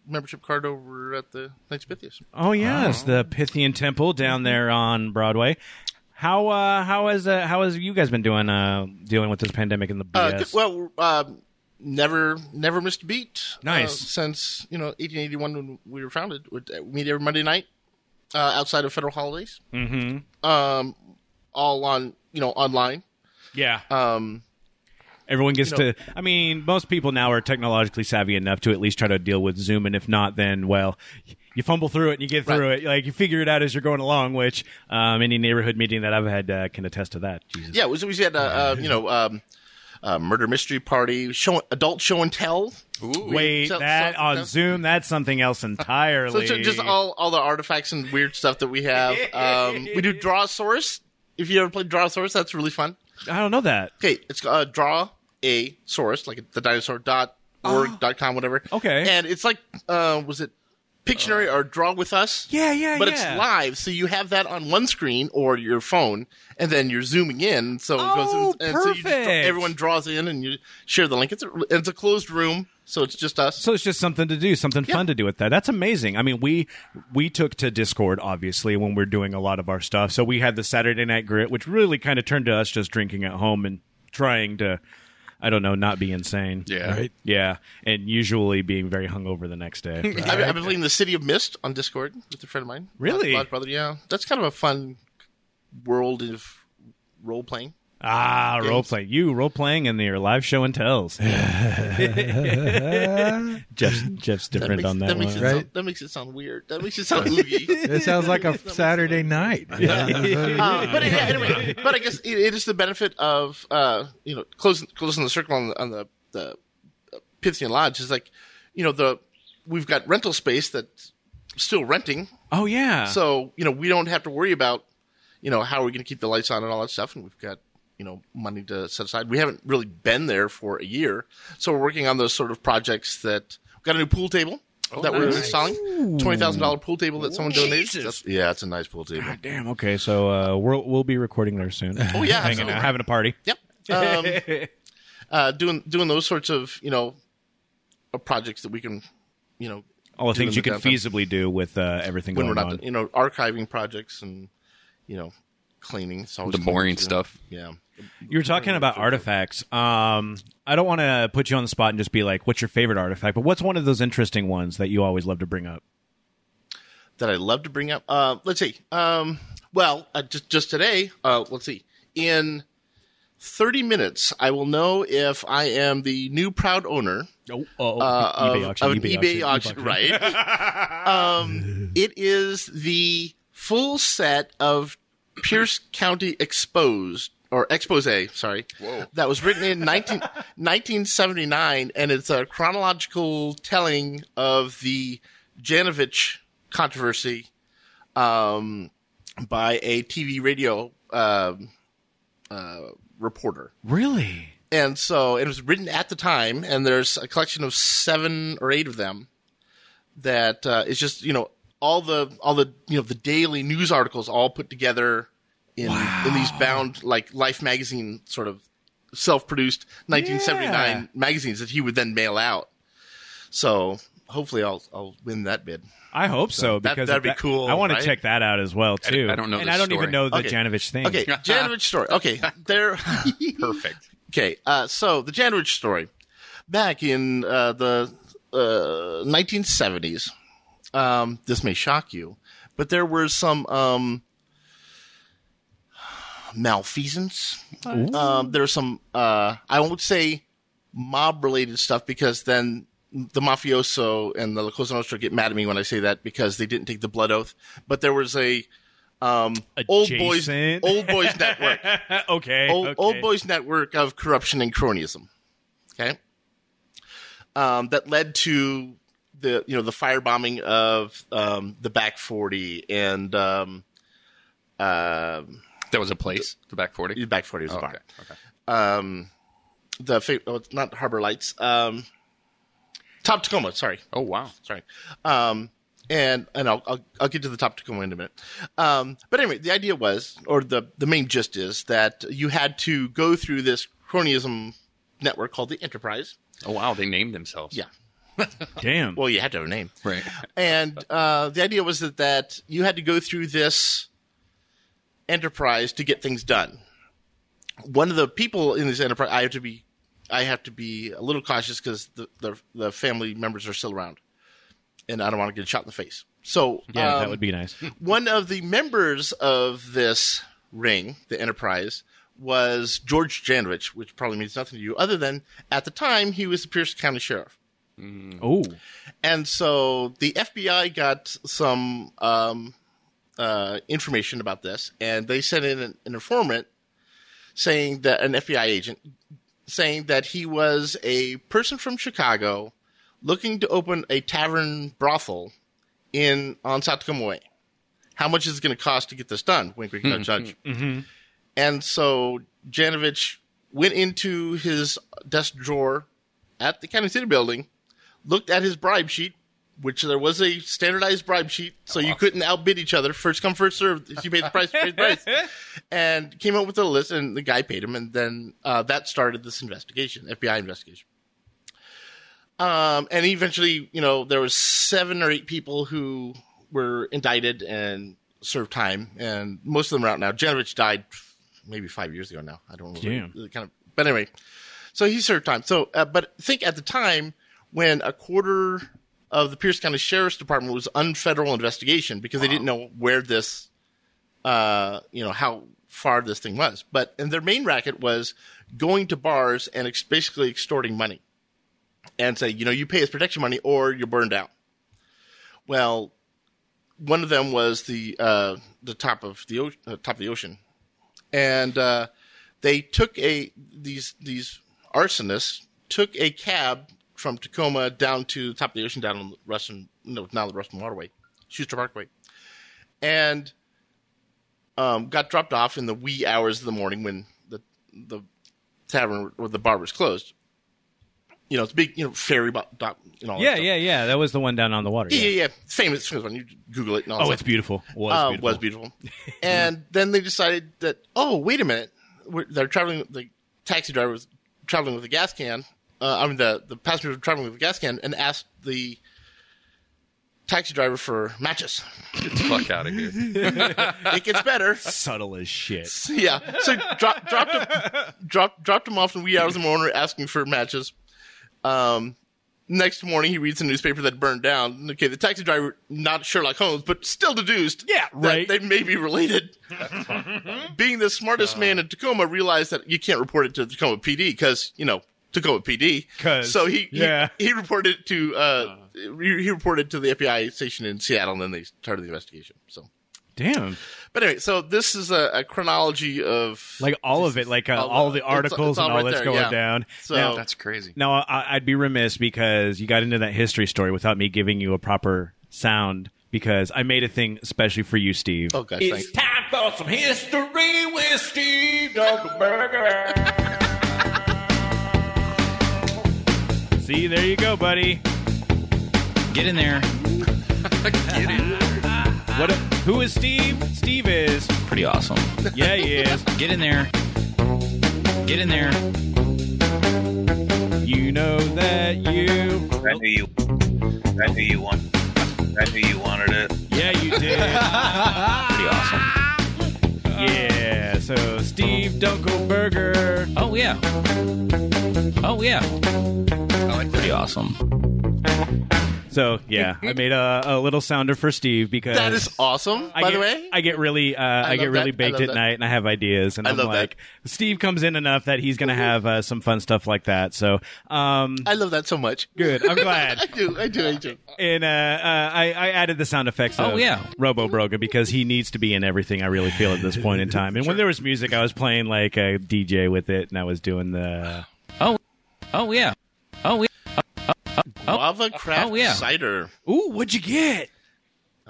Speaker 2: membership card over at the next Pythias.
Speaker 1: Oh yes, the Pythian Temple down there on Broadway. How uh, how has uh, how has you guys been doing uh, dealing with this pandemic and the
Speaker 2: Uh,
Speaker 1: BS?
Speaker 2: good- Well, um, never never missed a beat.
Speaker 1: Nice.
Speaker 2: uh, since you know 1881 when we were founded. We'd uh, meet every Monday night uh, outside of federal holidays. Mm-hmm. Um, all on you know online.
Speaker 1: yeah,
Speaker 2: Um,
Speaker 1: Everyone gets
Speaker 2: you know-
Speaker 1: to. I mean, most people now are technologically savvy enough to at least try to deal with Zoom, and if not, then well, y- you fumble through it and you get through it. Like you figure it out as you're going along. Which um, any neighborhood meeting that I've had uh, can attest to that. Jesus.
Speaker 2: yeah, it was, we had a, a you know um, a murder mystery party, show adult show and tell.
Speaker 1: Wait,
Speaker 2: So-
Speaker 1: that
Speaker 2: so-
Speaker 1: on
Speaker 2: so-
Speaker 1: Zoom, that's something else
Speaker 2: So
Speaker 1: entirely.
Speaker 2: it's just all all the artifacts and weird stuff that we have. Um, we do draw source. If you ever played draw source, that's really fun.
Speaker 1: I don't know that.
Speaker 2: Okay, it's uh, draw a source like the dinosaur dot org dot com whatever.
Speaker 1: Ah. Okay. Uh.
Speaker 2: and it's like uh, was it Pictionary or Draw with Us?
Speaker 1: Yeah, yeah,
Speaker 2: but
Speaker 1: yeah.
Speaker 2: it's live, so you have that on one screen or your phone, and then you're zooming in, so it
Speaker 1: Oh,
Speaker 2: goes in, and so you just,
Speaker 1: perfect.
Speaker 2: draw- everyone draws in and you share the link. It's a, it's a closed room, so it's just us.
Speaker 1: So it's just something to do, something fun to do with that. That's amazing. I mean, we we took to Discord obviously when we're doing a lot of our stuff. So we had the Saturday night grit, which really kind of turned to us just drinking at home and trying to, I don't know, not be insane.
Speaker 3: yeah.
Speaker 1: Yeah, and usually being very hungover the next day.
Speaker 2: I've, I've been playing the City of Mist on Discord with a friend of mine.
Speaker 1: Really?
Speaker 2: Lodge Brother, yeah. That's kind of a fun world of role playing.
Speaker 1: ah, role playing. You role playing in your live show and tells. Jeff's, Jeff's different on that,
Speaker 2: makes
Speaker 1: one.
Speaker 2: It
Speaker 6: Right.
Speaker 2: sound, that makes it sound weird. That makes it sound oogie.
Speaker 6: It sounds like a Saturday night.
Speaker 2: Uh, but yeah, anyway, but I guess it, it is the benefit of uh, you know closing closing the circle on the on the, the uh, Pythian Lodge is like you know the we've got rental space that's still renting,
Speaker 1: Oh yeah.
Speaker 2: so you know we don't have to worry about you know how we're going to keep the lights on and all that stuff, and we've got you know money to set aside. We haven't really been there for a year, so we're working on those sort of projects that we've got a new pool table.
Speaker 3: Oh,
Speaker 2: that we're installing twenty thousand dollar pool table that someone donated. That's- yeah, it's a nice pool table.
Speaker 1: Damn. Okay. So uh, we'll we'll be recording there soon. Oh
Speaker 2: yeah,
Speaker 1: hanging
Speaker 2: absolutely.
Speaker 1: out, having a party.
Speaker 2: Yep. Um, uh, doing doing those sorts of you know uh, projects that we can you know
Speaker 1: all the
Speaker 2: do
Speaker 1: things
Speaker 2: in
Speaker 1: you can
Speaker 2: downtown
Speaker 1: feasibly do with uh, everything
Speaker 2: when we're
Speaker 1: going
Speaker 2: not
Speaker 1: on.
Speaker 2: you know archiving projects and you know cleaning. It's always
Speaker 3: The
Speaker 2: fun
Speaker 3: boring
Speaker 2: to do.
Speaker 3: stuff.
Speaker 2: Yeah.
Speaker 1: you were talking about artifacts. Um, I don't want to put you on the spot and just be like, "What's your favorite artifact?" But what's one of those interesting ones that you always love to bring up?
Speaker 2: that I love to bring up. Uh, let's see. Um, well, uh, just just today. Uh, let's see. In thirty minutes, I will know if I am the new proud owner
Speaker 1: Oh, oh,
Speaker 2: uh, of,
Speaker 7: eBay E auction,
Speaker 2: of an
Speaker 7: eBay
Speaker 2: eBay
Speaker 7: auction,
Speaker 2: auction, right? um, it is the full set of Pierce County Exposed or Expose, sorry, Whoa. that was written in 19, 1979, and it's a chronological telling of the Janovich controversy um, by a TV radio um uh, reporter
Speaker 1: really?
Speaker 2: and so it was written at the time and there's a collection of seven or eight of them that uh, is just you know all the all the you know the daily news articles all put together in in these bound like life magazine sort of self-produced 1979 magazines that he would then mail out so hopefully i'll i'll win that bid
Speaker 7: I hope so
Speaker 2: that-
Speaker 7: because
Speaker 2: that'd
Speaker 7: if
Speaker 2: be cool,
Speaker 7: I want
Speaker 2: right?
Speaker 7: to check that out as well too.
Speaker 3: I don't know
Speaker 7: and
Speaker 3: this
Speaker 7: I don't
Speaker 3: story.
Speaker 7: even know the
Speaker 2: Okay.
Speaker 7: Janovich thing.
Speaker 2: okay janovich story okay there
Speaker 3: Perfect.
Speaker 2: Okay, uh, so the Janovich story. Back in uh, the uh, 1970s, um, this may shock you, but there were some um, malfeasance. Um, there were some, uh, I won't say mob related stuff because then the mafioso and the La Cosa Nostra get mad at me when I say that because they didn't take the blood oath. But there was a um, old boys
Speaker 7: Adjacent.
Speaker 2: old boys network
Speaker 7: okay,
Speaker 2: old,
Speaker 7: okay.
Speaker 2: old boys network of corruption and cronyism. Okay, um, that led to the you know the firebombing of um, the back forty and um, uh,
Speaker 3: That was a place. The back
Speaker 2: the
Speaker 3: forty.
Speaker 2: back forty was a
Speaker 3: Oh,
Speaker 2: bar.
Speaker 3: okay. Okay.
Speaker 2: Um, the fa- oh, it's not Harbor Lights. Um, Top Tacoma. Sorry,
Speaker 3: Oh wow.
Speaker 2: sorry. Um, and and I'll, I'll I'll get to the top Tacoma in a minute. Um, but anyway, the idea was, or the the main gist is that you had to go through this cronyism network called the Enterprise.
Speaker 3: Oh wow. They named themselves.
Speaker 2: Yeah.
Speaker 7: Damn.
Speaker 2: Well, you had to have a name.
Speaker 3: Right.
Speaker 2: And uh, the idea was that that you had to go through this enterprise to get things done. One of the people in this enterprise, I have to be, I have to be a little cautious because the, the the family members are still around, and I don't want to get shot in the face. So
Speaker 7: yeah, that
Speaker 2: um,
Speaker 7: would be nice.
Speaker 2: one of the members of this ring, the Enterprise, was George Janovich, which probably means nothing to you other than at the time he was the Pierce County Sheriff.
Speaker 7: Oh,
Speaker 2: And so the FBI got some um, uh, information about this, and they sent in an, an informant saying that an FBI agent saying that he was a person from Chicago looking to open a tavern brothel in on South Tacoma Way. How much is it going to cost to get this done? Wink, wink, nudge, nudge. And so Janovich went into his desk drawer at the county city building looked at his bribe sheet, which there was a standardized bribe sheet, so you couldn't outbid each other. First come, first served. If you paid the price, you paid the price. And came up with a list, and the guy paid him, and then uh, that started this investigation, FBI investigation. Um, and eventually, you know, there was seven or eight people who were indicted and served time, and most of them are out now. Janovich died maybe five years ago now. I don't remember.
Speaker 7: Damn.
Speaker 2: It Kind of, but anyway, so he served time. So, uh, but think at the time when a quarter of the Pierce County Sheriff's Department was unfederal investigation because they didn't know where this, uh, you know, how far this thing was. But and their main racket was going to bars and ex- basically extorting money, and say, you know, you pay us protection money or you're burned out. Well, one of them was the uh, the top of the o- uh, top of the ocean, and uh, they took a these these arsonists took a cab from Tacoma down to the top of the ocean, down on the Russian no, now the Russian Waterway, Schuster Parkway, and um, got dropped off in the wee hours of the morning when the the tavern or the bar was closed. You know, it's a big, you know, ferry boat dock and all
Speaker 7: yeah,
Speaker 2: that stuff.
Speaker 7: yeah, yeah. That was the one down on the water.
Speaker 2: Yeah, yeah, yeah. Famous, famous one. You Google it and all
Speaker 7: Oh,
Speaker 2: that
Speaker 7: it's beautiful. Was
Speaker 2: uh,
Speaker 7: beautiful.
Speaker 2: was beautiful. and then they decided that, oh, wait a minute, We're, they're traveling. The taxi driver was traveling with a gas can. Uh, I mean, the the passenger was traveling with a gas can, and asked the taxi driver for matches.
Speaker 3: Get the fuck out of here.
Speaker 2: It gets better.
Speaker 7: subtle as shit.
Speaker 2: yeah. So drop, dropped him, dropped dropped him off in wee hours of the morning, asking for matches. Um, Next morning, he reads the newspaper that burned down. Okay, the taxi driver, not Sherlock Holmes, but still deduced.
Speaker 1: Yeah,
Speaker 2: that
Speaker 1: right.
Speaker 2: They may be related. Being the smartest man in Tacoma, realized that you can't report it to Tacoma PD because you know Tacoma PD.
Speaker 7: 'Cause,
Speaker 2: so he, he-
Speaker 7: yeah.
Speaker 2: he reported it to uh, he, he reported to the FBI station in Seattle, and then they started the investigation. So,
Speaker 1: Damn.
Speaker 2: but anyway, so this is a, a chronology of
Speaker 7: Like all of it, like uh,
Speaker 2: All-
Speaker 7: all the
Speaker 2: it's-
Speaker 7: articles
Speaker 2: it's all
Speaker 7: and all
Speaker 2: right
Speaker 7: that's
Speaker 2: there,
Speaker 7: going
Speaker 2: yeah.
Speaker 7: down.
Speaker 2: so
Speaker 7: now,
Speaker 3: That's crazy.
Speaker 1: Now, uh, I, I'd be remiss because you got into that history story without me giving you a proper sound because I made a thing especially for you, Steve.
Speaker 2: oh gosh, thank-
Speaker 1: time for some history with Steve Dunkelberger. See, there you go, buddy.
Speaker 4: Get in there.
Speaker 1: What? A, who is Steve? Steve is.
Speaker 4: Pretty awesome.
Speaker 1: Yeah, he is.
Speaker 4: Get in there. Get in there.
Speaker 1: You know that you.
Speaker 5: I knew you. I knew you wanted. I knew you wanted it.
Speaker 1: Yeah, you did.
Speaker 4: Pretty awesome.
Speaker 1: yeah. So Steve Dunkelberger.
Speaker 4: Oh yeah. Oh yeah. Pretty awesome.
Speaker 1: So yeah, I made a, a little sounder for Steve because
Speaker 2: that is awesome.
Speaker 1: I
Speaker 2: by
Speaker 1: get,
Speaker 2: the way,
Speaker 1: I get really, uh, I, get
Speaker 2: love
Speaker 1: really
Speaker 2: that. I
Speaker 1: baked
Speaker 2: love
Speaker 1: at
Speaker 2: that.
Speaker 1: night, and I have ideas, and
Speaker 2: I
Speaker 1: am
Speaker 2: love that.
Speaker 1: like, Steve comes in enough that he's gonna have uh, some fun stuff like that. So, um,
Speaker 2: I love that so much.
Speaker 1: good. I'm glad.
Speaker 2: I do, I do, I do.
Speaker 1: and uh, uh, I, I added the sound effects.
Speaker 4: Oh,
Speaker 1: of
Speaker 4: yeah.
Speaker 1: Robo Broga because he needs to be in everything. I really feel at this point in time. And when there was music, I was playing like a DJ with it, and I was doing the
Speaker 4: Oh yeah. Oh yeah.
Speaker 2: Lava craft
Speaker 4: oh, yeah.
Speaker 2: cider.
Speaker 1: ooh, what'd you get?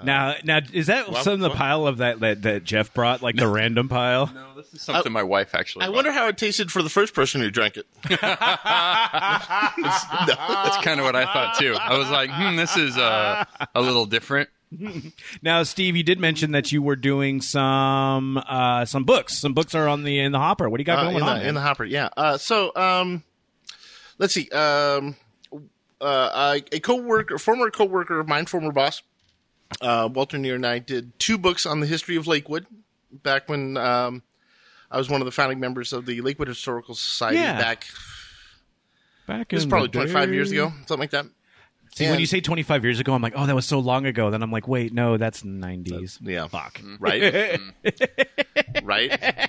Speaker 1: Now, now is that
Speaker 2: Well,
Speaker 1: some of the
Speaker 2: well-
Speaker 1: pile of that that, that Jeff brought, like the random pile?
Speaker 3: No, this is something my wife actually.
Speaker 2: I wonder how it tasted for the first person who drank it.
Speaker 3: That's kind of what I thought too. I was like, hmm, this is uh, a little different.
Speaker 1: Now, Steve, you did mention that you were doing some uh, some books. Some books are on the in the hopper. What do you got
Speaker 2: Uh,
Speaker 1: going
Speaker 2: in,
Speaker 1: on?
Speaker 2: the,
Speaker 1: man?
Speaker 2: in the hopper. Yeah. Uh, so um, let's see. Um, uh, a- a coworker, former coworker of mine, former boss, uh, Walter Neer and I did two books on the history of Lakewood back when um, I was one of the founding members of the Lakewood Historical Society.
Speaker 1: Yeah.
Speaker 2: Back
Speaker 1: Back
Speaker 2: it was
Speaker 1: in
Speaker 2: probably
Speaker 1: the
Speaker 2: twenty five
Speaker 1: day.
Speaker 2: years ago, something like that.
Speaker 1: See, when you say 25 years ago, I'm like, oh, that was so long ago. Then I'm like, wait, no, that's 90s.
Speaker 2: yeah,
Speaker 1: Fuck.
Speaker 2: Mm, right, Mm. right,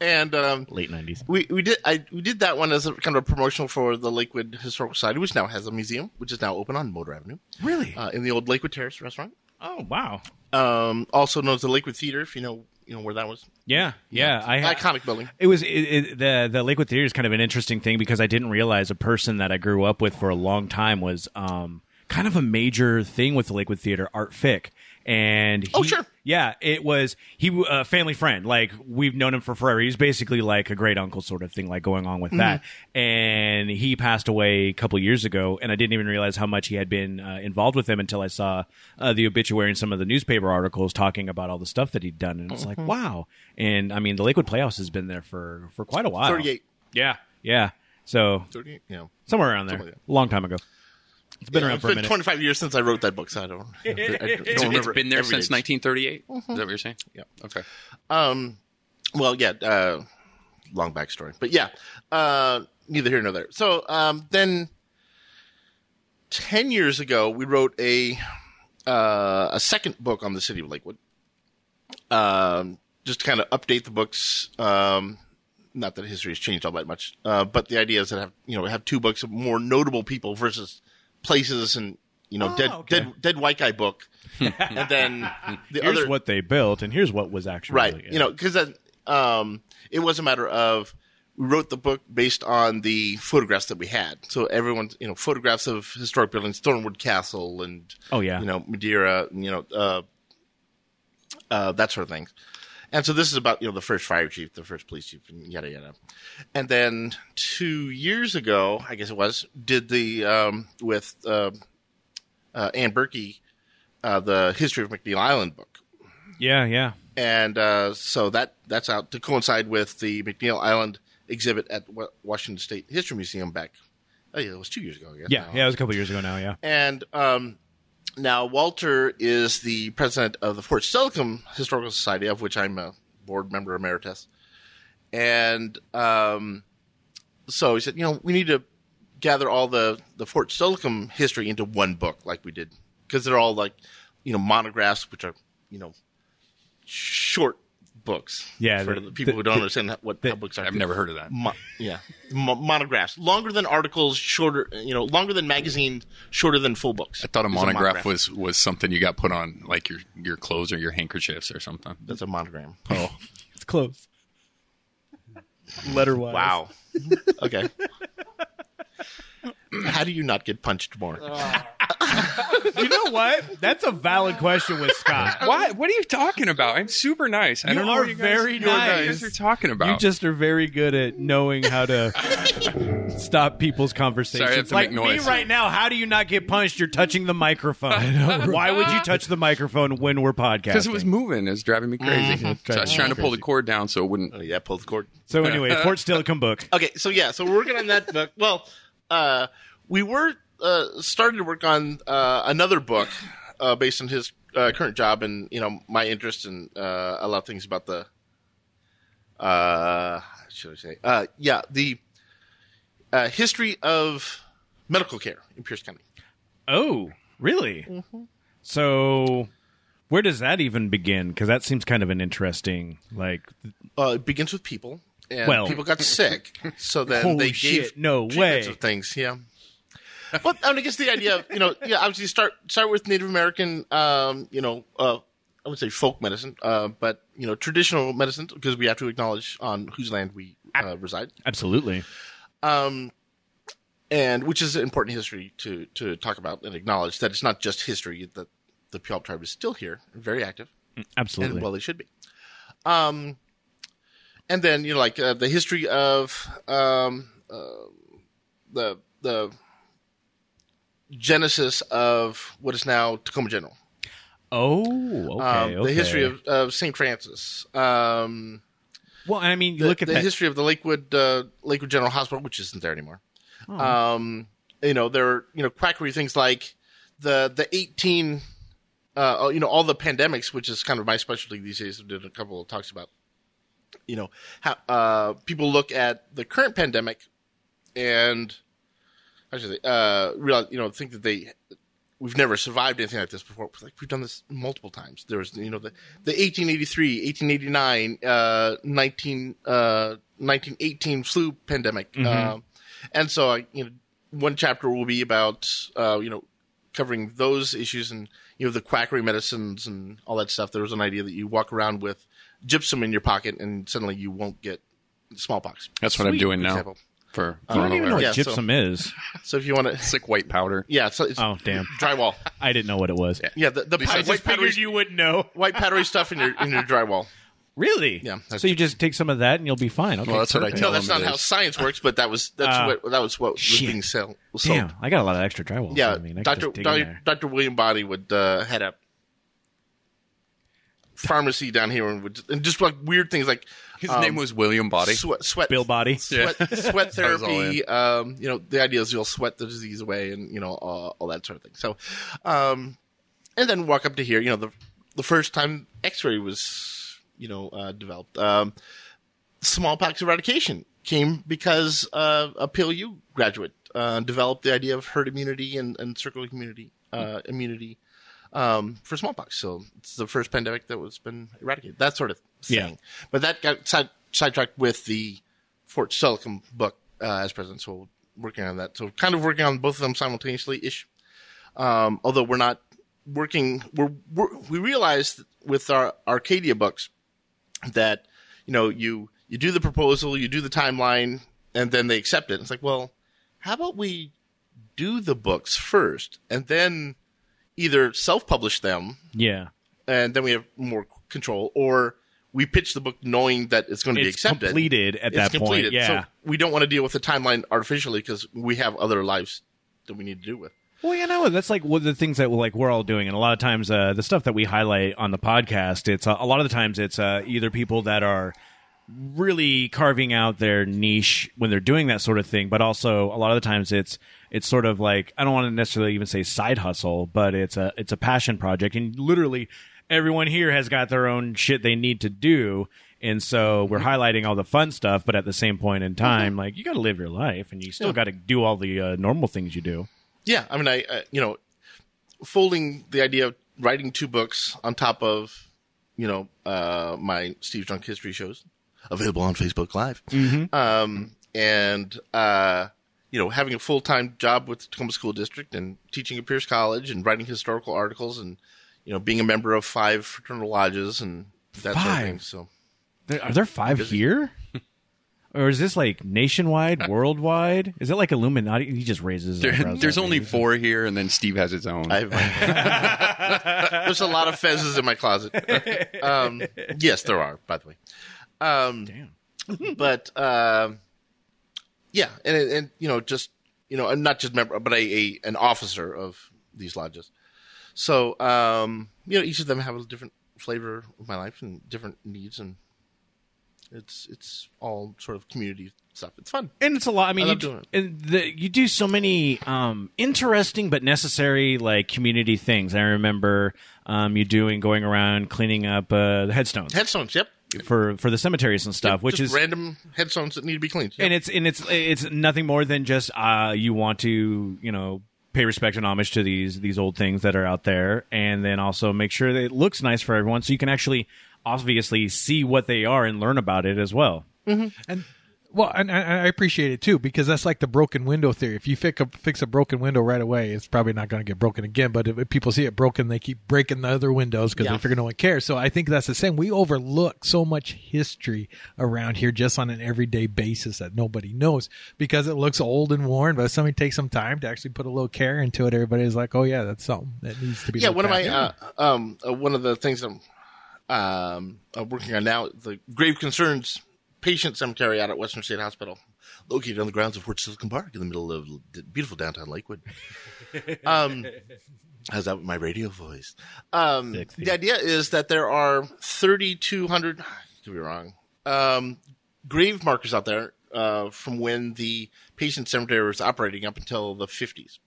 Speaker 2: and um,
Speaker 1: Late 90s.
Speaker 2: we we did I we did that one as a kind of a promotional for the Lakewood Historical Society, which now has a museum, which is now open on Motor Avenue,
Speaker 1: Really?
Speaker 2: uh, in the old Lakewood Terrace restaurant,
Speaker 1: oh, wow.
Speaker 2: um, also known as the Lakewood Theater, if you know you know where that was,
Speaker 1: Yeah, yeah. I
Speaker 2: iconic building.
Speaker 1: It was it, it, the the Lakewood Theater is kind of an interesting thing because I didn't realize a person that I grew up with for a long time was um, kind of a major thing with the Lakewood Theater, Art Fick. And he,
Speaker 2: Oh, sure.
Speaker 1: yeah, it was he w- a family friend. Like we've known him for forever. He's basically like a great uncle sort of thing, like going on with that.
Speaker 7: Mm-hmm.
Speaker 1: And he passed away a couple years ago, and I didn't even realize how much he had been uh, involved with him until I saw uh, the obituary and some of the newspaper articles talking about all the stuff that he'd done, and it's
Speaker 7: Mm-hmm.
Speaker 1: like wow. And I mean, the Lakewood Playhouse has been there for for quite a while.
Speaker 2: 38,
Speaker 1: Yeah, yeah. So
Speaker 2: 38, yeah.
Speaker 1: somewhere around there,
Speaker 2: Something like
Speaker 1: a long time ago. It's been
Speaker 2: Yeah,
Speaker 1: around
Speaker 2: it's
Speaker 1: for a
Speaker 2: been
Speaker 1: minute.
Speaker 2: 25 years since I wrote that book, so I don't. I don't
Speaker 3: It's, it's
Speaker 2: remember
Speaker 3: been there
Speaker 2: every
Speaker 3: since
Speaker 2: date.
Speaker 3: 1938. Is that what you're saying?
Speaker 2: Yeah.
Speaker 3: Okay.
Speaker 2: Um, well, yeah, uh, long backstory, but yeah, uh, neither here nor there. So um, then, ten years ago, we wrote a uh, a second book on the city of Lakewood. Um, just to kind of update the books. Um, not that history has changed all that much, uh, but the idea is that have you know have two books of more notable people versus places and you know dead
Speaker 1: okay.
Speaker 2: dead dead white guy book, and then the
Speaker 1: Here's
Speaker 2: other
Speaker 1: what they built, and here's what was actually
Speaker 2: right
Speaker 1: yeah.
Speaker 2: you know because um, it was a matter of we wrote the book based on the photographs that we had so everyone's you know photographs of historic buildings thornwood castle and
Speaker 1: Oh, yeah.
Speaker 2: you know madeira you know uh, uh, that sort of thing and so this is about you know the first fire chief the first police chief and yada yada and then two years ago i guess it was did the um, with uh, uh, anne berkey uh, the history of mcneil island book
Speaker 1: yeah, yeah.
Speaker 2: and uh, so that that's out to coincide with the McNeil Island exhibit at Wa- Washington State History Museum back. Oh yeah, it was two years ago. I guess,
Speaker 1: Yeah,
Speaker 2: now.
Speaker 1: yeah, it was a couple years ago now. Yeah,
Speaker 2: And um, now Walter is the president of the Fort Silicon Historical Society, of which I'm a board member emeritus. And um, so he said, you know, we need to gather all the the Fort Slocum history into one book like we did because they're all like you know monographs which are you know short books.
Speaker 1: Yeah,
Speaker 2: for
Speaker 1: the-
Speaker 2: the, people who don't
Speaker 1: the-
Speaker 2: understand what how books are.
Speaker 3: I've never heard of that.
Speaker 2: Mo- yeah, Mo- monographs longer than articles, shorter. You know, longer than magazines, shorter than full books.
Speaker 3: I thought a
Speaker 2: is
Speaker 3: monograph, was was something you got put on like your your clothes or your handkerchiefs or something.
Speaker 2: That's a monogram.
Speaker 3: Oh,
Speaker 7: It's close. Letter wise.
Speaker 2: Wow. okay. How do you not get punched more?
Speaker 7: You know what? That's a valid question with Scott.
Speaker 3: what? What are you talking about? I'm super nice. I
Speaker 7: You
Speaker 3: don't know
Speaker 7: are
Speaker 3: what you guys,
Speaker 7: very
Speaker 3: you know what you
Speaker 7: nice.
Speaker 3: guys are talking about.
Speaker 1: You just are very good at knowing how to stop people's conversations.
Speaker 3: Sorry, I have to
Speaker 1: like
Speaker 3: make noise.
Speaker 1: me right now, how do you not get punched? You're touching the microphone. Why would you touch the microphone when we're podcasting?
Speaker 3: because it was moving, it was Mm-hmm. driving me crazy. So I was trying to pull the cord down so it wouldn't.
Speaker 2: Oh, yeah, pull the cord.
Speaker 1: so anyway, Fort Stillicum book.
Speaker 2: Okay, so yeah, so we're working on that book. Well, uh, we were uh, starting to work on uh, another book uh, based on his uh, current job and you know my interest in uh, a lot of things about the. Uh, should I say? Uh, yeah, the uh, history of medical care in Pierce County.
Speaker 1: Oh, really? So where does that even begin? Because that seems kind of an interesting, like,
Speaker 2: Uh, it begins with people, and
Speaker 1: Well.
Speaker 2: people got sick, so then
Speaker 1: Holy
Speaker 2: they
Speaker 1: shit,
Speaker 2: gave
Speaker 1: no
Speaker 2: treatments
Speaker 1: way.
Speaker 2: of things. Yeah. Well, I, mean, I guess the idea of you know, yeah, obviously start start with Native American, um, you know, uh, I would say folk medicine, uh, but you know, traditional medicine because we have to acknowledge on whose land we uh, reside,
Speaker 1: absolutely.
Speaker 2: um, and which is important history to to talk about and acknowledge that it's not just history that the Puyallup tribe is still here, very active
Speaker 1: Absolutely.
Speaker 2: and well they should be um and then you know like uh, the history of um uh, the the genesis of what is now tacoma general
Speaker 1: oh, okay,
Speaker 2: um, the
Speaker 1: okay.
Speaker 2: history of, of st francis um
Speaker 1: Well, I mean, you
Speaker 2: the,
Speaker 1: look at
Speaker 2: the
Speaker 1: that.
Speaker 2: history of the Lakewood uh, Lakewood General Hospital, which isn't there anymore.
Speaker 1: Hmm.
Speaker 2: Um, you know, there are you know quackery things like the the eighteen, uh, oh, you know, all the pandemics, which is kind of my specialty these days. I did a couple of talks about, you know, how uh, people look at the current pandemic and actually uh, realize you know think that they. We've never survived anything like this before. Like we've done this multiple times. There was, you know, the, the 1883, 1889, uh, 19, uh, 1918 flu pandemic. Um, and so I, you know, one chapter will be about, uh, you know, covering those issues and, you know, the quackery medicines and all that stuff. There was an idea that you walk around with gypsum in your pocket and suddenly you won't get smallpox.
Speaker 3: That's what I'm doing now
Speaker 2: example.
Speaker 3: for
Speaker 1: I don't even know what
Speaker 2: yeah, so-
Speaker 1: gypsum is.
Speaker 2: So if you want to,
Speaker 3: It's like white powder.
Speaker 2: yeah, so it's
Speaker 1: Oh, damn.
Speaker 2: drywall.
Speaker 1: I didn't know what it was.
Speaker 2: Yeah. The, the powder- white, powdery,
Speaker 1: you wouldn't know.
Speaker 2: white powdery stuff in your, in your drywall.
Speaker 1: Really?
Speaker 2: Yeah, that's-
Speaker 1: So you just take some of that and you'll be fine. Okay.
Speaker 3: Well, that's what I
Speaker 1: perfect.
Speaker 3: tell
Speaker 2: no, that's
Speaker 3: them
Speaker 2: not
Speaker 3: it
Speaker 2: how
Speaker 3: is.
Speaker 2: science works. But that was that's
Speaker 1: Ah.
Speaker 2: what that was what was
Speaker 1: Shit.
Speaker 2: being sell, sold.
Speaker 1: Damn, I got a lot of extra drywall.
Speaker 2: Yeah,
Speaker 1: so, I mean, I could
Speaker 2: Doctor
Speaker 1: just dig in there.
Speaker 2: Doctor William Body would uh, head up pharmacy down here and would and just like weird things like
Speaker 3: His
Speaker 2: um,
Speaker 3: name was William Body.
Speaker 2: sweat sweat
Speaker 1: Bill Body.
Speaker 2: sweat, sweat
Speaker 3: I was all
Speaker 2: therapy. um, you know, the idea is you'll sweat the disease away and you know all, all that sort of thing. So, um, and then walk up to here. You know, the the first time X-ray was you know uh, developed, um, smallpox eradication came because uh, a PLU graduate uh, developed the idea of herd immunity and, and circular community uh, immunity um, for smallpox. So it's the first pandemic that was been eradicated. That sort of thing. But that got side, sidetracked with the Fort Silicon book uh, as president. So we're working on that. So kind of working on both of them simultaneously ish. Um, although we're not working, we're, we're we realized with our Arcadia books that you know you you do the proposal, you do the timeline, and then they accept it. It's like, well, how about we do the books first, and then either self-publish them
Speaker 1: Yeah.
Speaker 2: and then we have more control, or we pitch the book knowing that it's going to be
Speaker 1: It's
Speaker 2: accepted.
Speaker 1: completed at
Speaker 2: It's
Speaker 1: that point,
Speaker 2: completed.
Speaker 1: yeah.
Speaker 2: So we don't want to deal with the timeline artificially because we have other lives that we need to do with.
Speaker 1: Well, you know, that's like one of the things that like we're all doing, and a lot of times uh, the stuff that we highlight on the podcast, it's uh, a lot of the times it's uh, either people that are really carving out their niche when they're doing that sort of thing, but also a lot of the times it's it's sort of like I don't want to necessarily even say side hustle, but it's a it's a passion project, and literally everyone here has got their own shit they need to do, And so we're highlighting all the fun stuff, but at the same point in time, like you got to live your life, and you still got to do all the uh, normal things you do.
Speaker 2: Yeah, I mean, I uh, you know, folding the idea of writing two books on top of you know uh, my Steve Drunk history shows available on Facebook Live,
Speaker 1: Mm-hmm.
Speaker 2: um, and uh, you know having a full time job with the Tacoma School District and teaching at Pierce College and writing historical articles and you know being a member of five fraternal lodges and that sort of thing.
Speaker 1: Five?
Speaker 2: So
Speaker 1: There, are there five here? Or is this like nationwide, worldwide? Is it like Illuminati? He just raises. his
Speaker 3: There,
Speaker 1: eyebrows
Speaker 3: there's
Speaker 1: at me.
Speaker 3: only four here, and then Steve has his own.
Speaker 2: I have there's a lot of fezzes in my closet. um, yes, there are. By the way. Um, but um yeah, and and you know, just you know, I'm not just member, but a, a an officer of these lodges. So um, you know, each of them have a different flavor of my life and different needs, and it's it's all sort of community stuff. It's fun.
Speaker 1: and it's a lot. I mean,
Speaker 2: I
Speaker 1: you,
Speaker 2: love
Speaker 1: d-
Speaker 2: doing
Speaker 1: and the, you do so many um, interesting but necessary like community things. I remember um, you doing going around cleaning up uh, the headstones
Speaker 2: Headstones, yep.
Speaker 1: for for the cemeteries and stuff, Uh, which
Speaker 2: Just
Speaker 1: is
Speaker 2: random headstones that need to be cleaned. Yep.
Speaker 1: and it's and it's it's nothing more than just uh, you want to you know pay respect and homage to these these old things that are out there, and then also make sure that it looks nice for everyone, so you can actually obviously see what they are and learn about it as well.
Speaker 6: And well, and, and I appreciate it too because that's like the broken window theory. If you fix a, fix a broken window right away, it's probably not going to get broken again. But if, if people see it broken, they keep breaking the other windows because they figure no one cares. So I think that's the same. We overlook so much history around here just on an everyday basis that nobody knows because it looks old and worn. But if somebody takes some time to actually put a little care into it, everybody's like, "Oh yeah, that's something that needs to be."
Speaker 2: yeah
Speaker 6: looked
Speaker 2: one of
Speaker 6: at."
Speaker 2: my uh, um uh, one of the things i'm um uh, working on now the grave concerns patient cemetery out at western state hospital located on the grounds of Fort Silicon Park in the middle of the beautiful downtown Lakewood. um, how's that with my radio voice? Um, the idea is that there are 3,200, I could be wrong, um, grave markers out there uh, from when the patient cemetery was operating up until the 50s.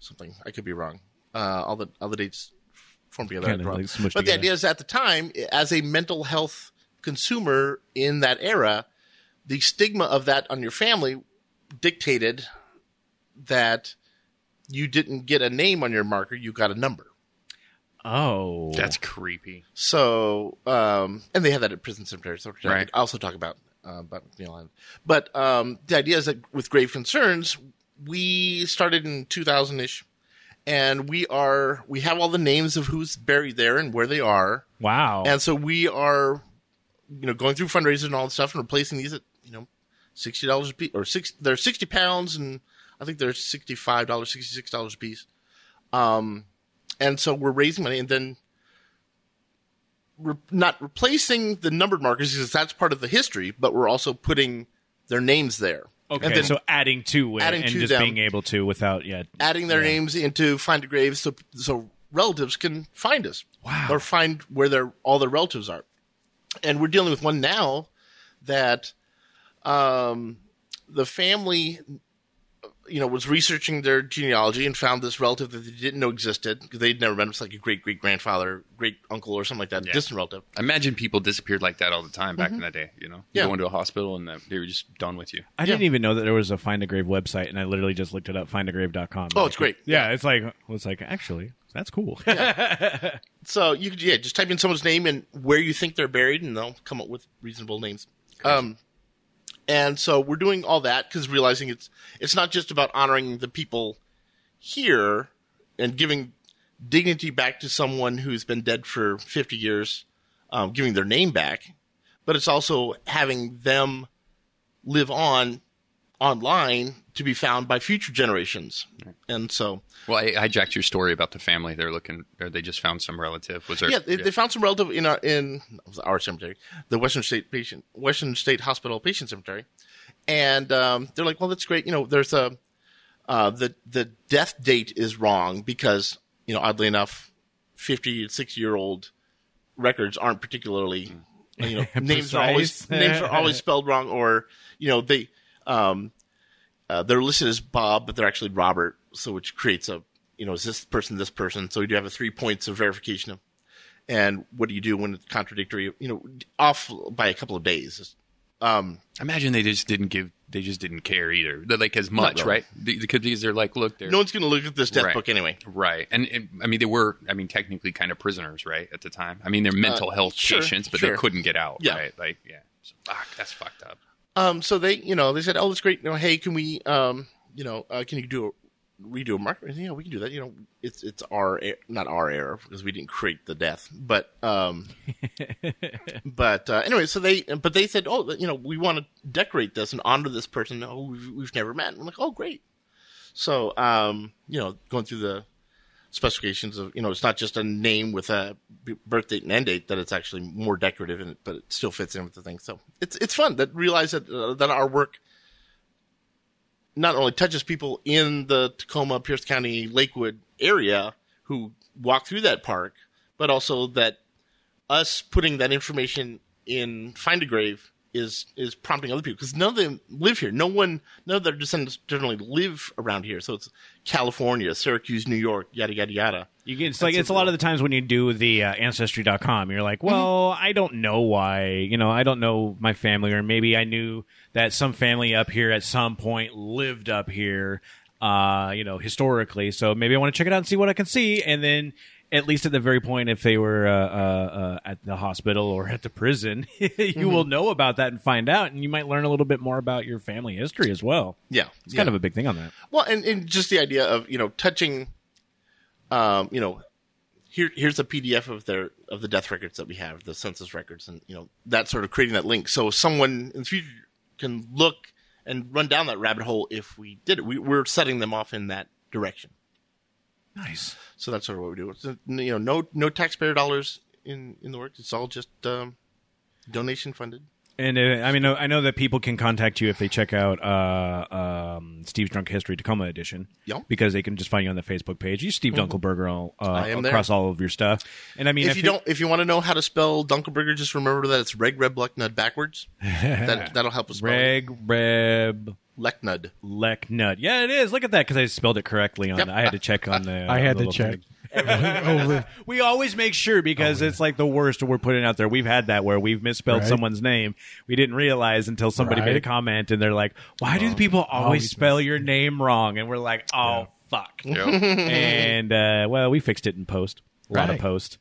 Speaker 2: Something. I could be wrong. Uh, all, the, all the dates form together.
Speaker 1: Kinda,
Speaker 2: I'd wrong.
Speaker 1: like, smushed
Speaker 2: but the
Speaker 1: together.
Speaker 2: idea is at the time, as a mental health consumer in that era, the stigma of that on your family dictated that you didn't get a name on your marker, you got a number.
Speaker 1: Oh,
Speaker 3: That's creepy.
Speaker 2: So, um, and they have that at prison cemeteries. which I
Speaker 3: Right.
Speaker 2: could also talk about uh, about McNeil Island. But um, the idea is that with grave concerns, we started in 2000 ish, and we are we have all the names of who's buried there and where they are.
Speaker 1: wow.
Speaker 2: And so we are, you know, going through fundraisers and all that stuff and replacing these at, you know, sixty dollars a piece or six they're sixty pounds and I think they're sixty five dollars, sixty six dollars a piece. Um and so we're raising money and then re- not replacing the numbered markers because that's part of the history, but we're also putting their names there.
Speaker 1: Okay,
Speaker 2: and then
Speaker 1: so adding to it
Speaker 2: adding
Speaker 1: and
Speaker 2: to
Speaker 1: just
Speaker 2: them.
Speaker 1: being able to without yeah.
Speaker 2: adding their names into find a grave so so relatives can find us wow. or find where their all their relatives are and we're dealing with one now that um the family you know was researching their genealogy and found this relative that they didn't know existed because they'd never met him it's like a great great grandfather great uncle or something like that distant relative
Speaker 3: I imagine people disappeared like that all the time back in the day. You know,
Speaker 2: Mm-hmm. Yeah.
Speaker 3: you go into a hospital and uh, they were just done with you.
Speaker 1: I didn't even know that there was a find a grave website, and I literally just looked it up, findagrave.com.
Speaker 2: Oh, it's great.
Speaker 1: Yeah, it's like it's like actually that's cool.
Speaker 2: So you could yeah, just type in someone's name and where you think they're buried, and they'll come up with reasonable names. Um, and so we're doing all that because realizing it's it's not just about honoring the people here and giving dignity back to someone who's been dead for fifty years, um, giving their name back, but it's also having them live on online to be found by future generations. And so
Speaker 3: Well, I hijacked your story about the family. They're looking, or they just found some relative. Was there?
Speaker 2: Yeah, they, they found some relative in our in our cemetery, the Western State patient, Western State Hospital patient cemetery, and um, they're like, "Well, that's great. You know, there's a uh, the the death date is wrong because you know, oddly enough, fifty and sixty year old records aren't particularly you know names are always
Speaker 1: Precise.
Speaker 2: names are always spelled wrong or you know they um uh, they're listed as Bob, but they're actually Robert, so which creates a you know is this person this person? So we do have a three points of verification of and what do you do when it's contradictory? You know, off by a couple of days. Um,
Speaker 3: I imagine they just didn't give. They just didn't care either. They're like as much,
Speaker 2: really.
Speaker 3: right? The- Because these are like, look, they're
Speaker 2: no one's going to look at this death
Speaker 3: Right.
Speaker 2: book anyway.
Speaker 3: right. And, and, I mean, they were. I mean, technically, kind of prisoners, right? At the time. I mean, they're mental health
Speaker 2: Uh, sure,
Speaker 3: patients, but
Speaker 2: sure.
Speaker 3: they couldn't get out.
Speaker 2: Yeah.
Speaker 3: Right. Like, yeah. So, fuck. That's fucked up.
Speaker 2: Um, so they, you know, they said, "Oh, that's great. You know, hey, can we, um, you know, uh, can you do a redo a mark? Yeah, we can do that. You know, it's it's our er- not our error because we didn't create the death, but um, but uh, anyway, so they but they said, "Oh, you know, we want to decorate this and honor this person who we've, we've never met." I'm like, "Oh, great." So um, you know, going through the specifications of you know, it's not just a name with a b- birth date and end date; that it's actually more decorative, in it, but it still fits in with the thing. So it's it's fun that realize that uh, that our work not only touches people in the Tacoma, Pierce County, Lakewood area who walk through that park, but also that us putting that information in Find a Grave is is prompting other people because none of them live here. No one, none of their descendants generally live around here. So it's California, Syracuse, New York, yada yada yada.
Speaker 1: You get, it's like it's a lot of the times when you do the uh, ancestry.com you're like well i don't know why you know i don't know my family or maybe i knew that some family up here at some point lived up here uh, you know historically so maybe i want to check it out and see what i can see and then at least at the very point if they were uh, uh, uh, at the hospital or at the prison you will know about that and find out and you might learn a little bit more about your family history as well
Speaker 2: Yeah,
Speaker 1: it's kind of a big thing on that
Speaker 2: Well, and, and just the idea of you know touching, um, you know, here here's a PDF of their of the death records that we have, the census records, and you know that sort of creating that link, so someone in the future can look and run down that rabbit hole if we did it. We, we're setting them off in that direction.
Speaker 1: nice
Speaker 2: So that's sort of what we do. It's, uh, you know, no no taxpayer dollars in in the work. It's all just um, donation funded.
Speaker 1: And uh, I mean, I know that people can contact you if they check out uh, um, Steve's Drunk History Tacoma Edition.
Speaker 2: Yep. Mm-hmm.
Speaker 1: Because they can just find you on the Facebook page. You Steve Dunkelberger all, uh,
Speaker 2: I am there.
Speaker 1: across all of your stuff. And I mean,
Speaker 2: if you don't, if you want to know how to spell Dunkelberger, just remember that it's Reg Reb Lucknud backwards. that that'll help us. spell it.
Speaker 1: Reg Uh, Reb
Speaker 2: Lecknud.
Speaker 1: Lek Nut. Yeah, it is. Look at that because I spelled it correctly on.
Speaker 2: Yep.
Speaker 1: I had to check on the.
Speaker 6: I had
Speaker 1: the
Speaker 6: to
Speaker 1: little
Speaker 6: check.
Speaker 1: thing.
Speaker 6: Over-
Speaker 1: We always make sure because it's like the worst we're putting out there. We've had that where we've misspelled
Speaker 6: Oh, Right.
Speaker 1: someone's name. We didn't realize until somebody made a
Speaker 6: Right.
Speaker 1: comment and they're like, "Why do people always
Speaker 6: always
Speaker 1: spell your name wrong?" And we're like, "Oh fuck!" and uh, well, we fixed it in post. A lot of
Speaker 6: Right.
Speaker 1: post.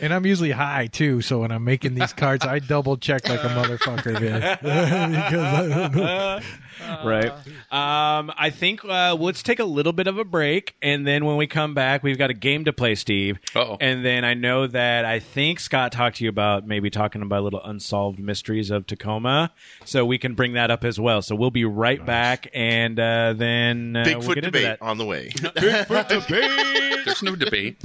Speaker 6: and I'm usually high too, so when I'm making these cards, I double check like a motherfucker. Man. Because I-
Speaker 1: right. Um, I think uh, let's take a little bit of a break, and then when we come back, we've got a game to play, Steve.
Speaker 3: Uh-oh.
Speaker 1: And then I know that I think Scott talked to you about maybe talking about little unsolved mysteries of Tacoma, so we can bring that up as well. So we'll be right back, and uh, then uh,
Speaker 2: Bigfoot
Speaker 1: we'll get into
Speaker 2: debate
Speaker 1: that.
Speaker 2: on the way.
Speaker 3: There's no debate.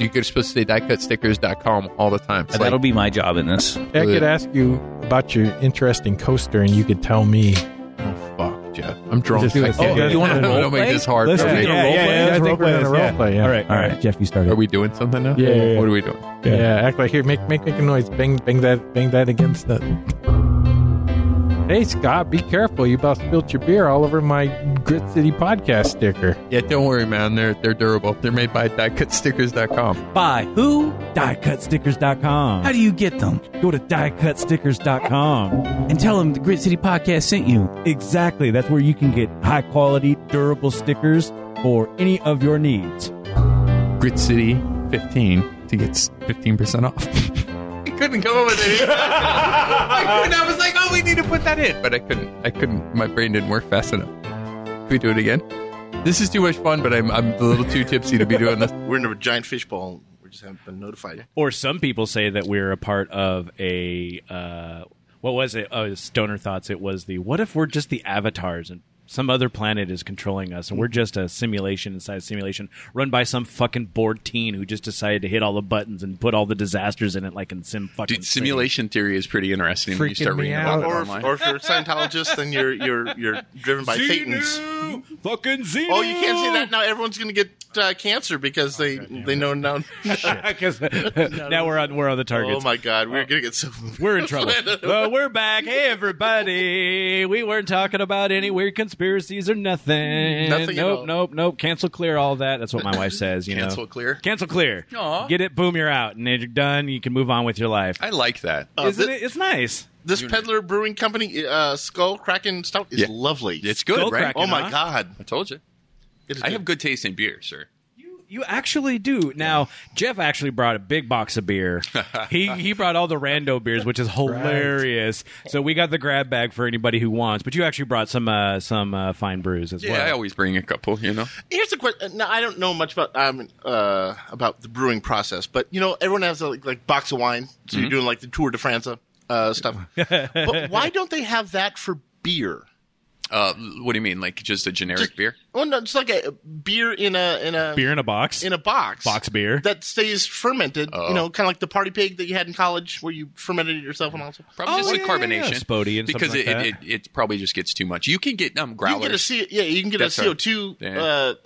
Speaker 9: You could supposed to say diecutstickers.com all the time. It's like-
Speaker 4: That'll be my job in this.
Speaker 6: I could ask you about your interesting coaster, and you could tell me.
Speaker 9: oh, fuck, Jeff. I'm drunk.
Speaker 6: Just do
Speaker 9: I
Speaker 6: it.
Speaker 9: can't-
Speaker 6: Oh,
Speaker 9: you want to
Speaker 6: yeah.
Speaker 9: don't make this hard
Speaker 6: Let's
Speaker 9: for
Speaker 6: do
Speaker 9: me.
Speaker 6: it.
Speaker 1: yeah, yeah, yeah,
Speaker 6: I
Speaker 1: let's
Speaker 6: think
Speaker 1: role
Speaker 6: we're
Speaker 1: play
Speaker 6: gonna
Speaker 1: this,
Speaker 6: role play, yeah.
Speaker 1: All right, all right.
Speaker 4: Jeff, you started.
Speaker 9: Are we doing something now?
Speaker 6: Yeah, yeah, yeah.
Speaker 9: What are we doing?
Speaker 6: Yeah, act like here. Make make make a noise. Bang bang that bang that against the. Hey Scott, be careful! You about spilt your beer all over my Grit City podcast sticker.
Speaker 9: Yeah, don't worry, man. They're they're durable. They're made by diecutstickers.com.
Speaker 4: By who? How
Speaker 1: DieCutStickers.com.
Speaker 4: do you get them?
Speaker 1: Go to DieCutStickers.com.
Speaker 4: And tell them the Grit City Podcast sent you.
Speaker 1: Exactly. That's where you can get high quality, durable stickers for any of your needs.
Speaker 9: Grit City 15 to get s- 15% off. I couldn't come up with anything. I, couldn't. I was like, oh, we need to put that in. But I couldn't. I couldn't. My brain didn't work fast enough. Can we do it again? This is too much fun, but I'm, I'm a little too tipsy to be doing this.
Speaker 2: We're in a giant fishbowl. We just haven't been notified.
Speaker 1: Or some people say that we're a part of a uh, what was it? Oh, it was Stoner Thoughts. It was the what if we're just the avatars and some other planet is controlling us
Speaker 2: Mm-hmm.
Speaker 1: and we're just a simulation inside a simulation run by some fucking bored teen who just decided to hit all the buttons and put all the disasters in it like in sim fucking
Speaker 3: Dude,
Speaker 1: Sim.
Speaker 3: simulation theory is pretty interesting when you
Speaker 6: Freaking
Speaker 3: start
Speaker 6: me
Speaker 3: reading
Speaker 6: out.
Speaker 3: about it
Speaker 2: Or if,
Speaker 3: online.
Speaker 2: or if you're a Scientologist, then you're you're you're driven by Satan's.
Speaker 1: fucking Xenu.
Speaker 2: Oh, you can't say that now. Everyone's going to get uh, cancer because they
Speaker 1: Oh,
Speaker 2: they know now.
Speaker 1: that. now we're on we're on the targets.
Speaker 2: oh my God, we're going to get so.
Speaker 1: We're in trouble. well, we're back. Hey, everybody. We weren't talking about any weird conspiracies are nothing.
Speaker 2: Nothing at
Speaker 1: Nope,
Speaker 2: all.
Speaker 1: nope, nope. Cancel, clear, all that. That's what my wife says. You
Speaker 3: Cancel
Speaker 1: know,
Speaker 3: clear.
Speaker 1: cancel, clear.
Speaker 3: Aw.
Speaker 1: Get it, boom, you're out, and then you're done. You can move on with your life.
Speaker 3: I like that.
Speaker 2: Uh,
Speaker 1: Isn't
Speaker 2: thi-
Speaker 1: it? It's nice.
Speaker 2: This Peddler Brewing Company uh, Skull Kraken Stout is
Speaker 3: Yeah.
Speaker 2: lovely.
Speaker 3: It's good,
Speaker 1: Skull
Speaker 3: right?
Speaker 1: cracking,
Speaker 2: oh my
Speaker 1: huh?
Speaker 2: god!
Speaker 3: I told you.
Speaker 2: It is
Speaker 3: I
Speaker 2: good.
Speaker 3: have good taste in beer, sir.
Speaker 1: You actually do. Now, Jeff actually brought a big box of beer. he he brought all the rando beers, which is hilarious. So we got the grab bag for anybody who wants. But you actually brought some uh, some uh, fine brews as
Speaker 3: Yeah, I
Speaker 1: well.
Speaker 3: always bring a couple, you know.
Speaker 2: Here's the question. Now I don't know much about um, uh, about the brewing process, but you know everyone has a, like, like box of wine, so you're doing like the Tour de France uh, stuff. but why don't they have that for beer?
Speaker 3: Uh, what do you mean? Like just a generic
Speaker 2: Just-
Speaker 3: beer?
Speaker 2: Well, no, it's like a beer in a in a
Speaker 1: Beer in a box.
Speaker 2: in a box
Speaker 1: Box beer.
Speaker 2: that stays fermented. You know, kind of like the party pig that you had in college, where you fermented it yourself and all stuff.
Speaker 3: Probably just like
Speaker 1: yeah, yeah, yeah.
Speaker 3: carbonation.
Speaker 1: Spody and
Speaker 3: because
Speaker 1: something
Speaker 3: it,
Speaker 1: like
Speaker 3: it, it it probably just gets too much. You can get um
Speaker 2: You can get a
Speaker 3: growlers.
Speaker 2: C- yeah, you can get
Speaker 3: That's
Speaker 2: a
Speaker 3: right.
Speaker 2: CO two
Speaker 3: Yeah.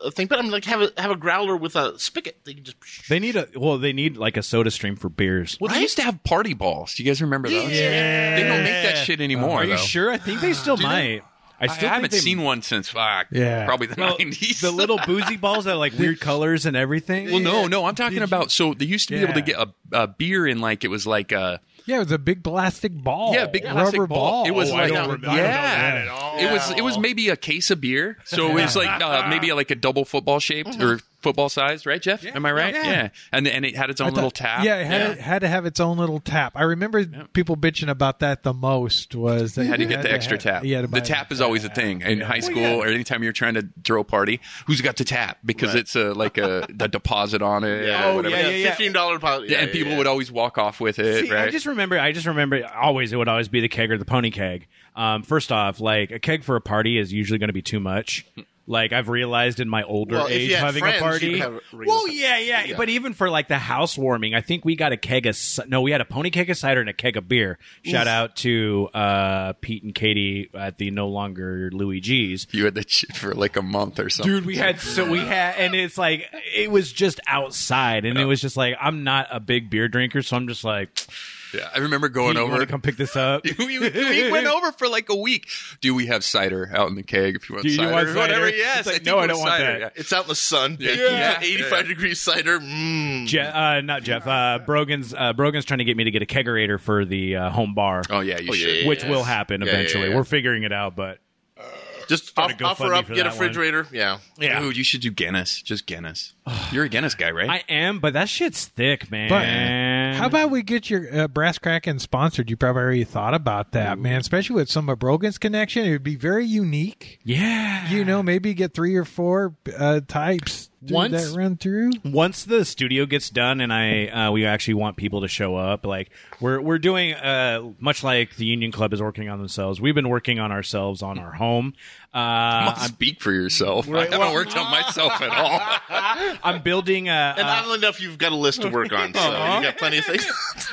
Speaker 2: uh, thing, but I'm like have a have a growler with a spigot. They can just
Speaker 1: they need a well. They need like a soda stream for beers.
Speaker 3: well, they used to have party balls. Do you guys remember those?
Speaker 2: Yeah.
Speaker 3: They don't make that shit anymore.
Speaker 1: Are you
Speaker 3: though.
Speaker 1: sure? I think they still might. I
Speaker 3: I
Speaker 1: still
Speaker 3: haven't
Speaker 1: think they-
Speaker 3: seen one since ah,
Speaker 6: Yeah.
Speaker 3: probably the
Speaker 1: Well,
Speaker 3: nineties.
Speaker 1: the little boozy balls that are like weird colors and everything.
Speaker 3: well, no, no, I'm talking about. So they used to be able to
Speaker 1: Yeah.
Speaker 3: get a, a beer in like it was like uh, a
Speaker 6: Yeah, it was a big plastic ball.
Speaker 3: yeah big plastic
Speaker 6: rubber ball.
Speaker 3: It was
Speaker 7: Oh, I
Speaker 3: like
Speaker 7: don't remember- I don't know that
Speaker 3: yeah.
Speaker 7: at all.
Speaker 3: It was it was maybe a case of beer, so it was like uh, maybe like a double football shaped
Speaker 1: Mm-hmm.
Speaker 3: or football sized, right, Jeff? Am I right? Yeah. and and it had its own
Speaker 6: I
Speaker 3: little
Speaker 6: thought-
Speaker 3: tap.
Speaker 6: Yeah, it had, it had to have its own little tap. I remember people bitching about that the most was that
Speaker 3: had to
Speaker 6: you
Speaker 3: get the
Speaker 6: to
Speaker 3: extra
Speaker 6: have-
Speaker 3: tap.
Speaker 6: You had to
Speaker 3: the
Speaker 6: buy-
Speaker 3: tap is always a thing in
Speaker 1: Oh,
Speaker 3: high school or anytime you're trying to throw a party. Who's got the tap? Because it's a like a the deposit on it.
Speaker 2: Oh, Yeah.
Speaker 9: Oh,
Speaker 3: or whatever.
Speaker 1: yeah, yeah, yeah.
Speaker 2: fifteen dollar pot.
Speaker 3: and people would always walk off with it,
Speaker 1: See,
Speaker 3: right?
Speaker 1: I just remember. I just remember. Always, it would always be the keg or the pony keg. Um, first off, like a keg for a party is usually going to be too much. Like I've realized in my older
Speaker 2: Well, if
Speaker 1: age,
Speaker 2: you had
Speaker 1: having
Speaker 2: friends,
Speaker 1: a
Speaker 2: you'd
Speaker 1: party.
Speaker 2: have a real-
Speaker 1: well, yeah, yeah, But even for like the housewarming, I think we got a keg of ci- no, we had a pony keg of cider and a keg of beer. Shout out to uh, Pete and Katie at the no longer Louis G's.
Speaker 3: you had the shit for like a month or something.
Speaker 1: Dude, we had so we had, and it's like it was just outside, and it was just like I'm not a big beer drinker, so I'm just like,
Speaker 3: yeah, I remember going
Speaker 1: you want
Speaker 3: over.
Speaker 1: to come pick this up?
Speaker 3: we, we went over for like a week. Do we have cider out in the keg? If you want
Speaker 1: Do you
Speaker 3: cider,
Speaker 1: want cider?
Speaker 3: whatever.
Speaker 1: It's
Speaker 3: Yes,
Speaker 1: like,
Speaker 3: I think
Speaker 1: no, I
Speaker 3: it was
Speaker 1: don't want
Speaker 3: cider,
Speaker 1: that.
Speaker 3: yeah.
Speaker 2: It's out in the sun.
Speaker 3: Yeah.
Speaker 2: Yeah,
Speaker 3: Yeah.
Speaker 2: eighty-five degree cider. Mmm.
Speaker 1: Jeff, uh, not Jeff. Uh, Brogan's uh, Brogan's trying to get me to get a kegerator for the uh, home bar,
Speaker 3: Oh yeah, you
Speaker 2: Oh, yeah,
Speaker 3: should.
Speaker 2: yeah,
Speaker 1: which will happen
Speaker 3: Yeah, yeah,
Speaker 1: eventually.
Speaker 3: yeah.
Speaker 1: We're figuring it out, but
Speaker 2: Just
Speaker 1: Gotta
Speaker 2: off,
Speaker 1: go
Speaker 2: offer
Speaker 1: fund me
Speaker 2: up,
Speaker 1: for
Speaker 2: get a
Speaker 1: that one.
Speaker 2: refrigerator. Yeah.
Speaker 1: yeah,
Speaker 3: Dude, you should do Guinness. Just Guinness. You're a Guinness guy, right?
Speaker 1: I am. But that shit's thick, man.
Speaker 6: How about we get your uh, Brass Kraken sponsored? You probably already thought about that, man. Especially with some of Brogan's connection, it would be very unique.
Speaker 1: yeah?
Speaker 6: You know, maybe get three or four uh, types do
Speaker 1: Once-
Speaker 6: that run through.
Speaker 1: once the studio gets done and I uh, we actually want people to show up, like we're we're doing uh, much like the Union Club is working on themselves. We've been working on ourselves on our home. Uh, I'm,
Speaker 3: Speak for yourself. I haven't worked on myself at all.
Speaker 1: I'm building a,
Speaker 2: And oddly enough, you've got a list to work on, so you got plenty of things.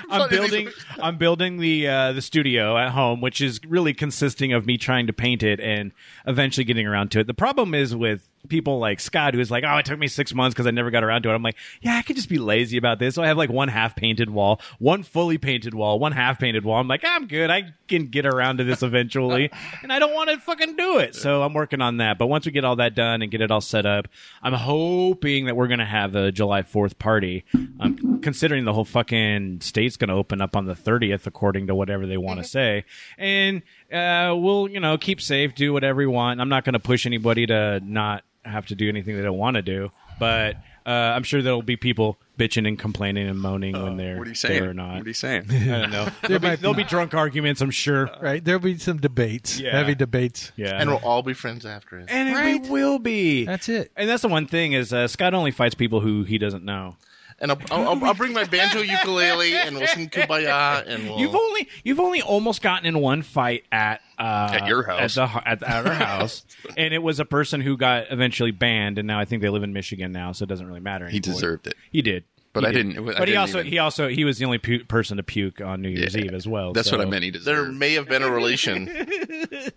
Speaker 1: I'm
Speaker 2: plenty of things-
Speaker 1: building I'm building the uh, the studio at home, which is really consisting of me trying to paint it and eventually getting around to it. The problem is with people like Scott, who's like, "Oh, it took me six months because I never got around to it." I'm like, "Yeah, I could just be lazy about this." So I have like one half painted wall, one fully painted wall, one half painted wall. I'm like, "I'm good. I can get around to this eventually," and I don't want to fucking do it. So I'm working on that. But once we get all that done and get it all set up, I'm hoping that we're gonna have a July 4th party. Um, considering the whole fucking state's gonna open up on the 30th, according to whatever they want to say, and uh, we'll you know keep safe, do whatever we want. I'm not gonna push anybody to not have to do anything they don't want to do, but uh, I'm sure there'll be people bitching and complaining and moaning when they're
Speaker 3: Uh, What are you saying?
Speaker 1: there or not.
Speaker 3: What are you saying?
Speaker 1: I don't know. there'll, be,
Speaker 6: might be-
Speaker 1: there'll be drunk arguments, I'm
Speaker 3: Uh,
Speaker 1: sure.
Speaker 6: Right, there'll be some debates,
Speaker 1: Yeah.
Speaker 6: heavy debates.
Speaker 1: Yeah,
Speaker 2: and we'll all be friends after it.
Speaker 1: and we will be.
Speaker 6: That's it.
Speaker 1: And that's the one thing is uh, Scott only fights people who he doesn't know.
Speaker 2: And I'll, I'll, I'll- I'll bring my banjo ukulele, and we'll sing "Kumbaya," and we'll.
Speaker 1: You've only you've only almost gotten in one fight at uh,
Speaker 3: At your house.
Speaker 1: at, the, hu- at, at our house, and it was a person who got eventually banned, and now I think they live in Michigan now, so it doesn't really matter.
Speaker 3: He
Speaker 1: anymore.
Speaker 3: deserved it.
Speaker 1: He did,
Speaker 3: But
Speaker 1: He
Speaker 3: I
Speaker 1: did.
Speaker 3: didn't- I
Speaker 1: But he
Speaker 3: didn't
Speaker 1: also
Speaker 3: even-
Speaker 1: he also he was the only pu- person to puke on New Year's Eve as well.
Speaker 3: That's
Speaker 1: so-
Speaker 3: what I meant. He deserved.
Speaker 2: there may have been a relation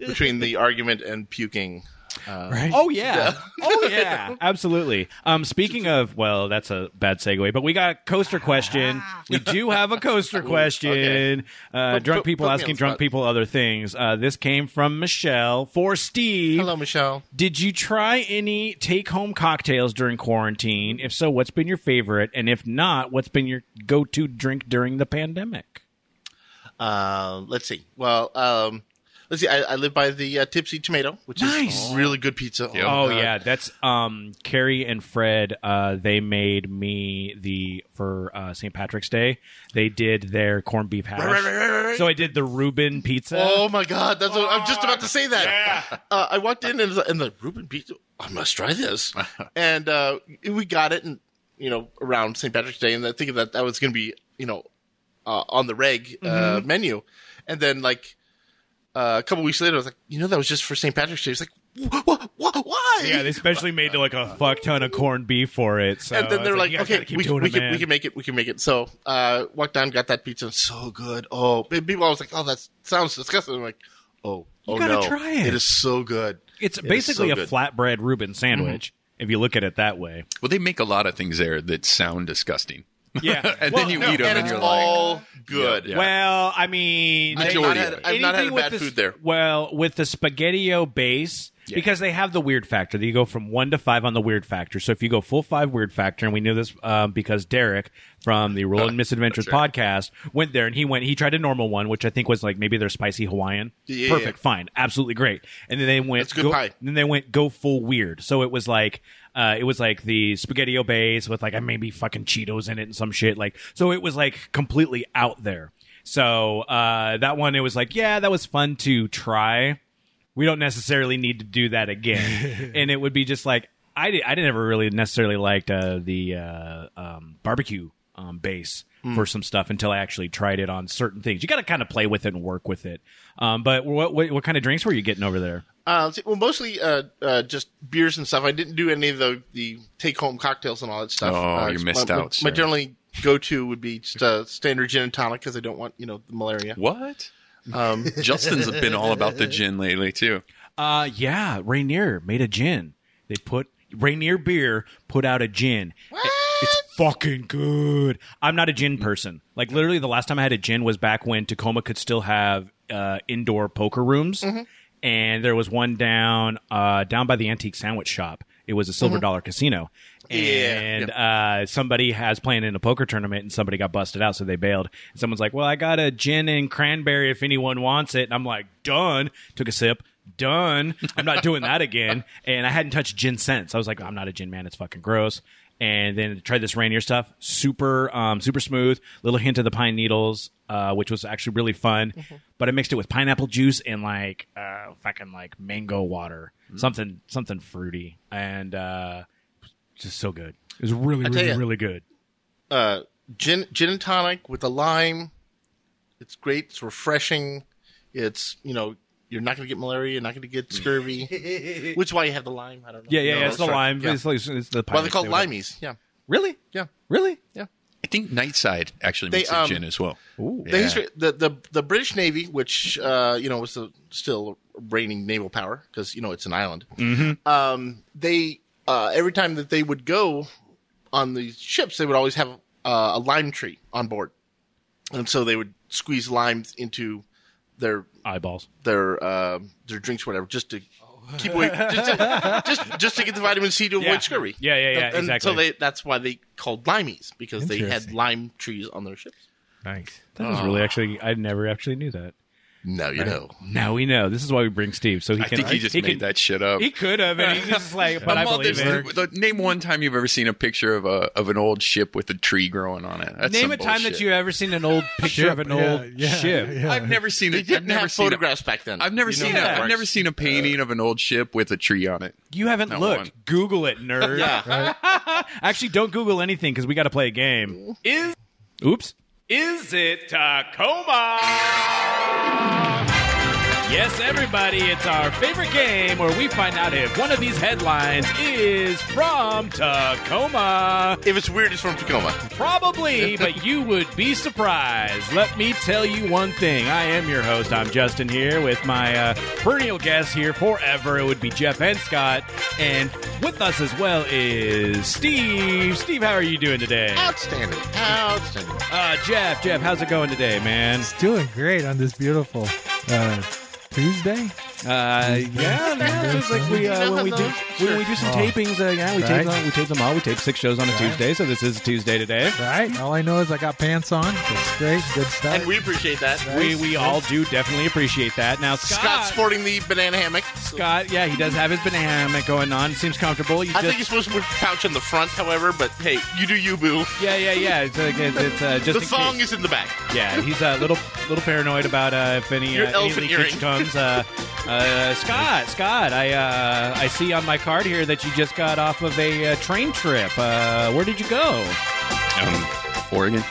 Speaker 2: between the argument and puking.
Speaker 6: right?
Speaker 1: Oh yeah. Oh yeah. Absolutely. Um speaking of well, that's a bad segue, but we got a coaster question. We do have a coaster question. Uh,
Speaker 2: Put-
Speaker 1: drunk
Speaker 2: put-
Speaker 1: people
Speaker 2: put me on
Speaker 1: asking
Speaker 2: the
Speaker 1: drunk
Speaker 2: spot.
Speaker 1: people other things. Uh, this came from Michelle for Steve.
Speaker 2: Hello, Michelle.
Speaker 1: Did you try any take home cocktails during quarantine? If so, what's been your favorite? And if not, what's been your go to drink during the pandemic?
Speaker 2: Um, let's see. Well, um, let's see. I, I live by the uh, Tipsy Tomato, which
Speaker 1: Nice.
Speaker 2: is really good pizza.
Speaker 1: Oh
Speaker 2: God.
Speaker 1: yeah, that's um Carrie and Fred. Uh, they made me the for uh, St. Patrick's Day. They did their corned beef hash.
Speaker 2: right, right, right, right.
Speaker 1: So I did the Reuben pizza.
Speaker 2: Oh my God! That's what I'm just about to say. That uh, I walked in and, it's like- and the Reuben pizza. I must try this, and uh, we got it, and you know, around St. Patrick's Day, and I think that that was going to be, you know, uh, on the reg uh,
Speaker 1: Mm-hmm.
Speaker 2: menu, and then like uh, a couple weeks later, I was like, you know, that was just for St. Patrick's Day. It's like, wh- wh- wh- why?
Speaker 1: Yeah, they specially made like a fuck ton of corned beef for it. So
Speaker 2: and then
Speaker 1: I
Speaker 2: they're
Speaker 1: was
Speaker 2: like,
Speaker 1: "You guys
Speaker 2: okay,
Speaker 1: gotta keep
Speaker 2: we,
Speaker 1: doing
Speaker 2: we
Speaker 1: it,
Speaker 2: can
Speaker 1: man."
Speaker 2: we can make it, we can make it. So uh, walked down, got that pizza, and so good. Oh, but people, I was like, oh, that sounds disgusting. I'm like, oh, oh
Speaker 1: gotta
Speaker 2: no,
Speaker 1: try it.
Speaker 2: It is so good.
Speaker 1: It's
Speaker 2: is
Speaker 1: basically
Speaker 2: so
Speaker 1: a
Speaker 2: good.
Speaker 1: flatbread Reuben sandwich if you look at it that way.
Speaker 9: Well, they make a lot of things there that sound disgusting.
Speaker 1: Yeah.
Speaker 9: and then you
Speaker 2: no,
Speaker 9: eat them
Speaker 2: and
Speaker 9: and,
Speaker 2: it's
Speaker 9: you're like,
Speaker 2: all good.
Speaker 9: Yeah.
Speaker 1: Well, I mean,
Speaker 2: I've
Speaker 1: they-
Speaker 2: not had- I've not had
Speaker 1: anything with
Speaker 2: bad
Speaker 1: this-
Speaker 2: food there.
Speaker 1: Well, with the spaghettio base, because they have the weird factor. You go from one to five on the weird factor. So if you go full five weird factor, and we knew this um, because Derek from the
Speaker 2: Uh,
Speaker 1: Roland Misadventures podcast went there and he went. He tried a normal one, which I think was like maybe their spicy Hawaiian.
Speaker 2: Yeah, yeah,
Speaker 1: Perfect, fine, absolutely great. And then they went.
Speaker 2: That's good
Speaker 1: go-
Speaker 2: pie.
Speaker 1: Then they went go full weird. So it was like. Uh, it was like the spaghettio base with like uh, maybe fucking Cheetos in it and some shit. Like so, it was like completely out there. So uh, that one, it was like, yeah, that was fun to try. We don't necessarily need to do that again. and it would be just like I did. I didn't ever really necessarily liked uh, the uh, um, barbecue um, base
Speaker 2: Hmm.
Speaker 1: for some stuff until I actually tried it on certain things. You got to kind of play with it and work with it. Um, but what, what what kind of drinks were you getting over there?
Speaker 2: Uh, see, well, mostly uh, uh, just beers and stuff. I didn't do any of the, the take home cocktails and all that stuff.
Speaker 9: Oh,
Speaker 2: Uh,
Speaker 9: you
Speaker 2: my-
Speaker 9: missed
Speaker 2: my,
Speaker 9: out,
Speaker 2: My
Speaker 9: sir.
Speaker 2: generally go to would be just uh, standard gin and tonic because I don't want you know the malaria.
Speaker 9: what? Um, Justin's been all about the gin lately too.
Speaker 1: Uh, yeah, Rainier made a gin. They put Rainier beer put out a gin. What? It's fucking good. I'm not a gin person. Like literally, the last time I had a gin was back when Tacoma could still have uh, indoor poker rooms, and there was one down uh, down by the antique sandwich shop. It was a silver dollar casino, and uh, somebody has playing in a poker tournament, and somebody got busted out, so they bailed. And someone's like, "Well, I got a gin and cranberry if anyone wants it," and I'm like, "Done." Took a sip done. I'm not doing that again. And I hadn't touched gin since. I was like, I'm not a gin man. It's fucking gross. And then tried this Rainier stuff. Super, um, super smooth. Little hint of the pine needles, uh, which was actually really fun. But I mixed it with pineapple juice and like uh, fucking like mango water, something something fruity, and uh, just so good. It was really,
Speaker 2: tell
Speaker 1: really,
Speaker 2: ya.
Speaker 1: really good.
Speaker 2: Uh, gin gin and tonic with a lime. It's great. It's refreshing. It's you know you're not going to get malaria. You're not going to get scurvy. Which is why you have the lime. I don't know.
Speaker 1: Yeah, yeah,
Speaker 2: No,
Speaker 1: yeah. It's the
Speaker 2: sorry.
Speaker 1: lime.
Speaker 2: Yeah.
Speaker 1: It's, it's it's the.
Speaker 2: Why they call it
Speaker 1: lime?
Speaker 2: limeys? Yeah,
Speaker 1: Really?
Speaker 2: yeah.
Speaker 1: Really?
Speaker 9: I think Nightside actually
Speaker 2: They,
Speaker 9: makes
Speaker 2: um,
Speaker 9: a gin as well.
Speaker 2: The, history, the the the British Navy, which uh, you know was the, still reigning naval power because you know it's an island.
Speaker 1: Mm-hmm.
Speaker 2: Um, they uh, every time that they would go on these ships, they would always have uh, a lime tree on board, and so they would squeeze limes into their
Speaker 1: Eyeballs.
Speaker 2: their uh, their drinks, whatever, just to keep away, just, to, just just to get the vitamin C to
Speaker 1: Oh. Yeah.
Speaker 2: avoid scurvy.
Speaker 1: Yeah, yeah, yeah,
Speaker 2: And- and
Speaker 1: exactly.
Speaker 2: So they that's why they called limeys because they had
Speaker 6: Interesting.
Speaker 2: lime trees on their ships.
Speaker 1: Nice. That was really actually. I never actually knew that.
Speaker 2: No, you know.
Speaker 1: Now we know. This is why we bring Steve. So he
Speaker 9: I
Speaker 1: can.
Speaker 9: think he just made
Speaker 1: can-
Speaker 9: that shit up.
Speaker 1: He could have, and he's just like, but
Speaker 9: Come
Speaker 1: I
Speaker 9: on,
Speaker 1: believe
Speaker 9: there's-
Speaker 1: it.
Speaker 9: the- name one time you've ever seen a picture of a of an old ship with a tree growing on it. That's
Speaker 1: Name
Speaker 9: some
Speaker 1: a time that
Speaker 9: bullshit.
Speaker 1: you ever seen an old picture of an
Speaker 6: Yeah,
Speaker 1: old
Speaker 6: yeah,
Speaker 1: ship.
Speaker 6: yeah.
Speaker 9: I've never seen.
Speaker 2: They
Speaker 9: it. I've
Speaker 2: didn't
Speaker 9: never
Speaker 2: have
Speaker 9: seen. A,
Speaker 2: photographs back then.
Speaker 9: I've never
Speaker 2: You know
Speaker 9: seen.
Speaker 2: how
Speaker 9: A,
Speaker 2: that
Speaker 9: I've
Speaker 2: works.
Speaker 9: never seen a painting of an old ship with a tree on it.
Speaker 1: You haven't
Speaker 9: Not
Speaker 1: looked.
Speaker 9: one.
Speaker 1: Google it, nerd. Actually, don't Google anything because we got to play a game. Is oops. Is it Tacoma? Yes, everybody, it's our favorite game where we find out if one of these headlines is from Tacoma.
Speaker 2: If it's weird, it's from Tacoma.
Speaker 1: Probably, but you would be surprised. Let me tell you one thing. I am your host. I'm Justin here with my uh, perennial guest here forever. It would be Jeff and Scott. And with us as well is Steve. Steve, how are you doing today?
Speaker 2: Outstanding. Outstanding.
Speaker 1: Uh, Jeff, Jeff, how's it going today, man?
Speaker 6: It's doing great on this beautiful uh, Tuesday.
Speaker 1: Uh, yeah, yeah. It's just like we uh, when we do when we do some tapings. Uh, yeah, we tape
Speaker 6: Right.
Speaker 1: them, we tape them all. We tape six shows on a Tuesday, so this is Tuesday today.
Speaker 6: Right? All I know is I got pants on. It's great. Good stuff.
Speaker 2: And we appreciate that.
Speaker 1: We we all do definitely appreciate that. Now Scott,
Speaker 2: Scott's sporting the banana hammock.
Speaker 1: Scott, yeah, he does have his banana hammock going on. Seems comfortable. You
Speaker 2: I
Speaker 1: just,
Speaker 2: think you're supposed to put the pouch in the front, however, but hey, you do you, boo.
Speaker 1: yeah, yeah, yeah. It's, uh, it's, it's uh, just
Speaker 2: The
Speaker 1: in
Speaker 2: thong
Speaker 1: case.
Speaker 2: is in the back.
Speaker 1: Yeah, he's a little little paranoid about uh, if any,
Speaker 2: Your
Speaker 1: uh, any
Speaker 2: elephant
Speaker 1: leakage
Speaker 2: earring.
Speaker 1: comes. Uh, uh, Scott, Scott, I uh, I see on my card here that you just got off of a uh, train trip. Uh, where did you go?
Speaker 3: Um, Oregon.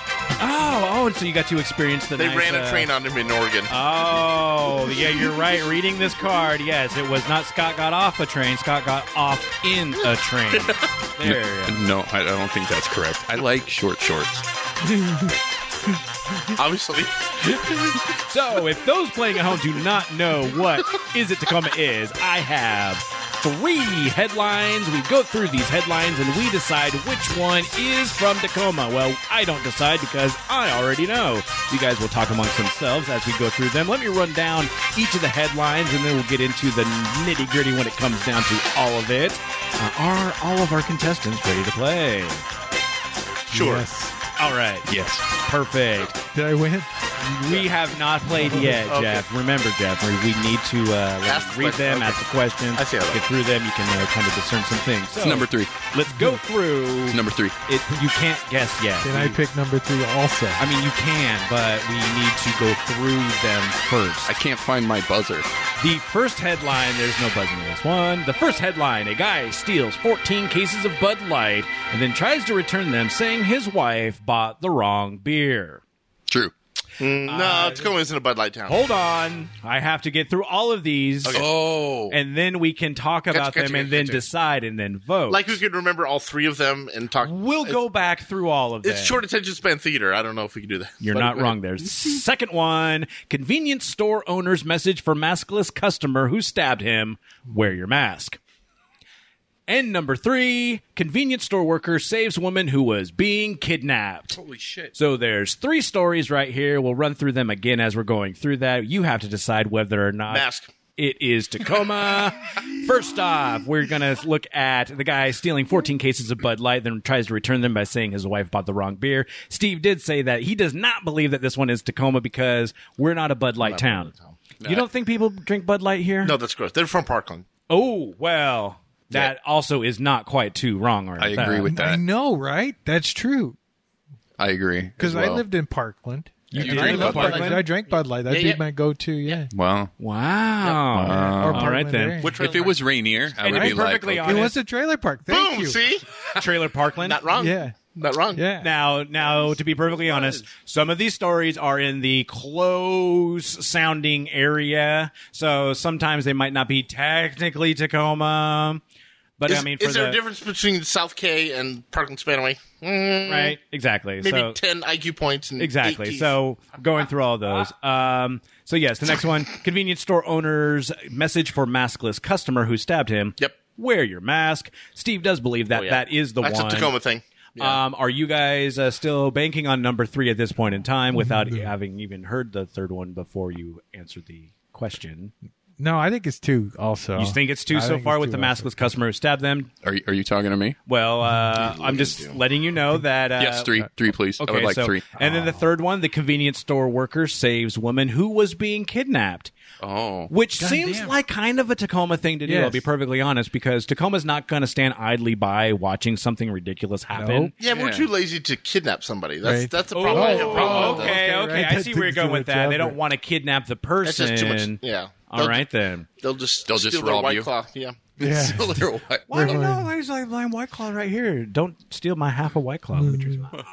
Speaker 1: Oh, oh, and so you got to experience the.
Speaker 2: They
Speaker 1: nice,
Speaker 2: ran
Speaker 1: uh,
Speaker 2: a train on him in Oregon.
Speaker 1: Oh, yeah, you're right. Reading this card, yes, it was not Scott got off a train. Scott got off in a train. There.
Speaker 3: No, I I don't think that's correct. I like short shorts.
Speaker 2: Obviously,
Speaker 1: So, if those playing at home do not know what Is It Tacoma is, I have three headlines. We go through these headlines and we decide which one is from Tacoma. Well, I don't decide because I already know. You guys will talk amongst themselves as we go through them. Let me run down each of the headlines and then we'll get into the nitty gritty when it comes down to all of it. Uh, are all of our contestants ready to play?
Speaker 2: sure.
Speaker 6: Yes.
Speaker 1: All right.
Speaker 3: Yes.
Speaker 1: Perfect.
Speaker 6: Did I win?
Speaker 1: We have not played yet,
Speaker 2: Okay.
Speaker 1: Jeff. Remember, Jeff, we, we need to uh, like,
Speaker 2: Ask the
Speaker 1: read
Speaker 2: question.
Speaker 1: them,
Speaker 2: Okay.
Speaker 1: ask the questions,
Speaker 2: I see how that
Speaker 1: get through them. You can uh, kind of discern some things. So,
Speaker 3: It's number three.
Speaker 1: Let's go
Speaker 2: Hmm.
Speaker 1: through.
Speaker 3: It's number three.
Speaker 1: it, you can't guess yet.
Speaker 6: Did I
Speaker 1: We-
Speaker 6: pick number three also?
Speaker 1: I mean, you can, but we need to go through them first.
Speaker 3: I can't find my buzzer.
Speaker 1: The first headline, there's no buzzing in this one. The first headline, a guy steals 14 cases of Bud Light and then tries to return them saying his wife bought the wrong beer.
Speaker 3: True.
Speaker 2: No,
Speaker 1: Uh,
Speaker 2: Tacoma isn't a Bud Light town.
Speaker 1: Hold on. I have to get through all of these.
Speaker 3: Oh.
Speaker 1: and then we can talk about
Speaker 2: gotcha,
Speaker 1: them and
Speaker 2: gotcha,
Speaker 1: then
Speaker 2: gotcha.
Speaker 1: decide and then vote.
Speaker 2: Like who could remember all three of them and talk?
Speaker 1: we'll go back through all of them.
Speaker 2: It's short attention span theater. I don't know if we can do that.
Speaker 1: You're
Speaker 2: But- uh,
Speaker 1: not wrong there. Second one: convenience store owner's message for maskless customer who stabbed him. Wear your mask. And number three: convenience store worker saves woman who was being kidnapped.
Speaker 3: Holy shit.
Speaker 1: So there's three stories right here. We'll run through them again as we're going through that. You have to decide whether or not
Speaker 2: Mask.
Speaker 1: It is Tacoma. First off, we're going to look at the guy stealing 14 cases of Bud Light, then tries to return them by saying his wife bought the wrong beer. Steve did say that he does not believe that this one is Tacoma because we're not a Bud Light town. You don't think people drink Bud Light here?
Speaker 2: No, that's gross. They're from Parkland.
Speaker 1: Oh, well, that also is not quite too wrong. Or
Speaker 3: I agree with
Speaker 6: I
Speaker 3: that.
Speaker 6: know, right? That's true.
Speaker 3: I agree.
Speaker 6: Because
Speaker 3: as well.
Speaker 6: I lived in Parkland.
Speaker 3: You
Speaker 2: did. I love Bud Light.
Speaker 6: I drank Bud Light. That'd
Speaker 2: Yeah,
Speaker 6: be
Speaker 2: yeah.
Speaker 6: my go-to. Yeah.
Speaker 3: Wow.
Speaker 1: Wow. All
Speaker 6: Or
Speaker 1: right
Speaker 6: Parkland
Speaker 1: then.
Speaker 6: area.
Speaker 2: Which
Speaker 3: If it was Rainier, I
Speaker 1: And
Speaker 3: would
Speaker 1: to
Speaker 3: be
Speaker 1: be
Speaker 3: like,
Speaker 1: perfectly
Speaker 3: okay.
Speaker 6: it
Speaker 1: honest-
Speaker 6: was a trailer park. Thank
Speaker 2: Boom.
Speaker 6: you.
Speaker 2: See,
Speaker 1: Trailer Parkland.
Speaker 2: not wrong.
Speaker 6: Yeah.
Speaker 2: not wrong.
Speaker 6: Yeah.
Speaker 1: Now, now to be perfectly honest, some of these stories are in the close sounding area, so sometimes they might not be technically Tacoma. But
Speaker 2: Is,
Speaker 1: I mean, for
Speaker 2: is there
Speaker 1: the,
Speaker 2: a difference between South K and Parkland Spanaway?
Speaker 1: right? Exactly.
Speaker 2: Maybe
Speaker 1: so,
Speaker 2: ten IQ points. And
Speaker 1: Exactly.
Speaker 2: eight keys.
Speaker 1: So going through all those. Um, so yes, the next one: convenience store owner's message for maskless customer who stabbed him.
Speaker 2: Yep.
Speaker 1: Wear your mask. Steve does believe that
Speaker 2: Oh, yeah.
Speaker 1: that is the
Speaker 2: that's
Speaker 1: one.
Speaker 2: a Tacoma thing.
Speaker 1: Um, are you guys uh, still banking on number three at this point in time without
Speaker 6: Mm-hmm.
Speaker 1: having even heard the third one before you answered the question?
Speaker 6: No, I think it's two. Also,
Speaker 1: You think it's two
Speaker 6: I
Speaker 1: so
Speaker 6: think
Speaker 1: far
Speaker 6: it's
Speaker 1: with
Speaker 6: two
Speaker 1: the
Speaker 6: also.
Speaker 1: maskless customer who stabbed them?
Speaker 3: Are you, are you talking to me?
Speaker 1: Well, uh, I'm just letting you know that. Uh,
Speaker 3: Mm-hmm. yes, three. Three, please. I would like
Speaker 1: so,
Speaker 3: three.
Speaker 1: And
Speaker 6: Oh.
Speaker 1: then the third one, the convenience store worker saves woman who was being kidnapped,
Speaker 3: Oh.
Speaker 1: which seems like kind of a Tacoma thing to do.
Speaker 6: Yes.
Speaker 1: I'll be perfectly honest, because Tacoma's not going to stand idly by watching something ridiculous happen.
Speaker 6: Nope.
Speaker 2: Yeah, we're
Speaker 3: Yeah.
Speaker 2: too lazy to kidnap somebody. That's
Speaker 6: Right.
Speaker 2: that's a
Speaker 1: Oh,
Speaker 2: problem. I have a problem with that.
Speaker 1: okay, okay.
Speaker 6: Okay, right.
Speaker 1: I
Speaker 6: That
Speaker 1: see where you're
Speaker 6: didn't
Speaker 1: going
Speaker 6: do
Speaker 1: with
Speaker 6: the
Speaker 1: that.
Speaker 6: job
Speaker 1: They don't
Speaker 6: right.
Speaker 1: want to kidnap the person.
Speaker 2: That's just too much. Yeah.
Speaker 1: All right then.
Speaker 2: They'll just
Speaker 3: They'll just
Speaker 2: steal their
Speaker 3: rob
Speaker 2: white
Speaker 3: you.
Speaker 2: claw. Yeah.
Speaker 3: so they're white.
Speaker 1: Why do you know? There's like blind white claw right here. Don't steal my half a white claw. Witcher's mouth.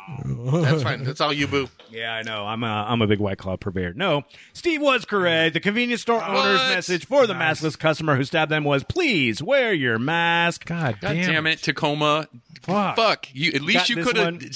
Speaker 2: That's fine. That's all you boo.
Speaker 1: Yeah, I know. I'm a I'm a big White Claw purveyor. No, Steve was correct. The convenience store owner's message for the maskless customer who stabbed them was, "Please wear your mask."
Speaker 6: God,
Speaker 3: God damn, it, Tacoma.
Speaker 1: Fuck.
Speaker 3: You at
Speaker 1: Got
Speaker 3: least you
Speaker 1: this
Speaker 3: could
Speaker 1: one.
Speaker 3: have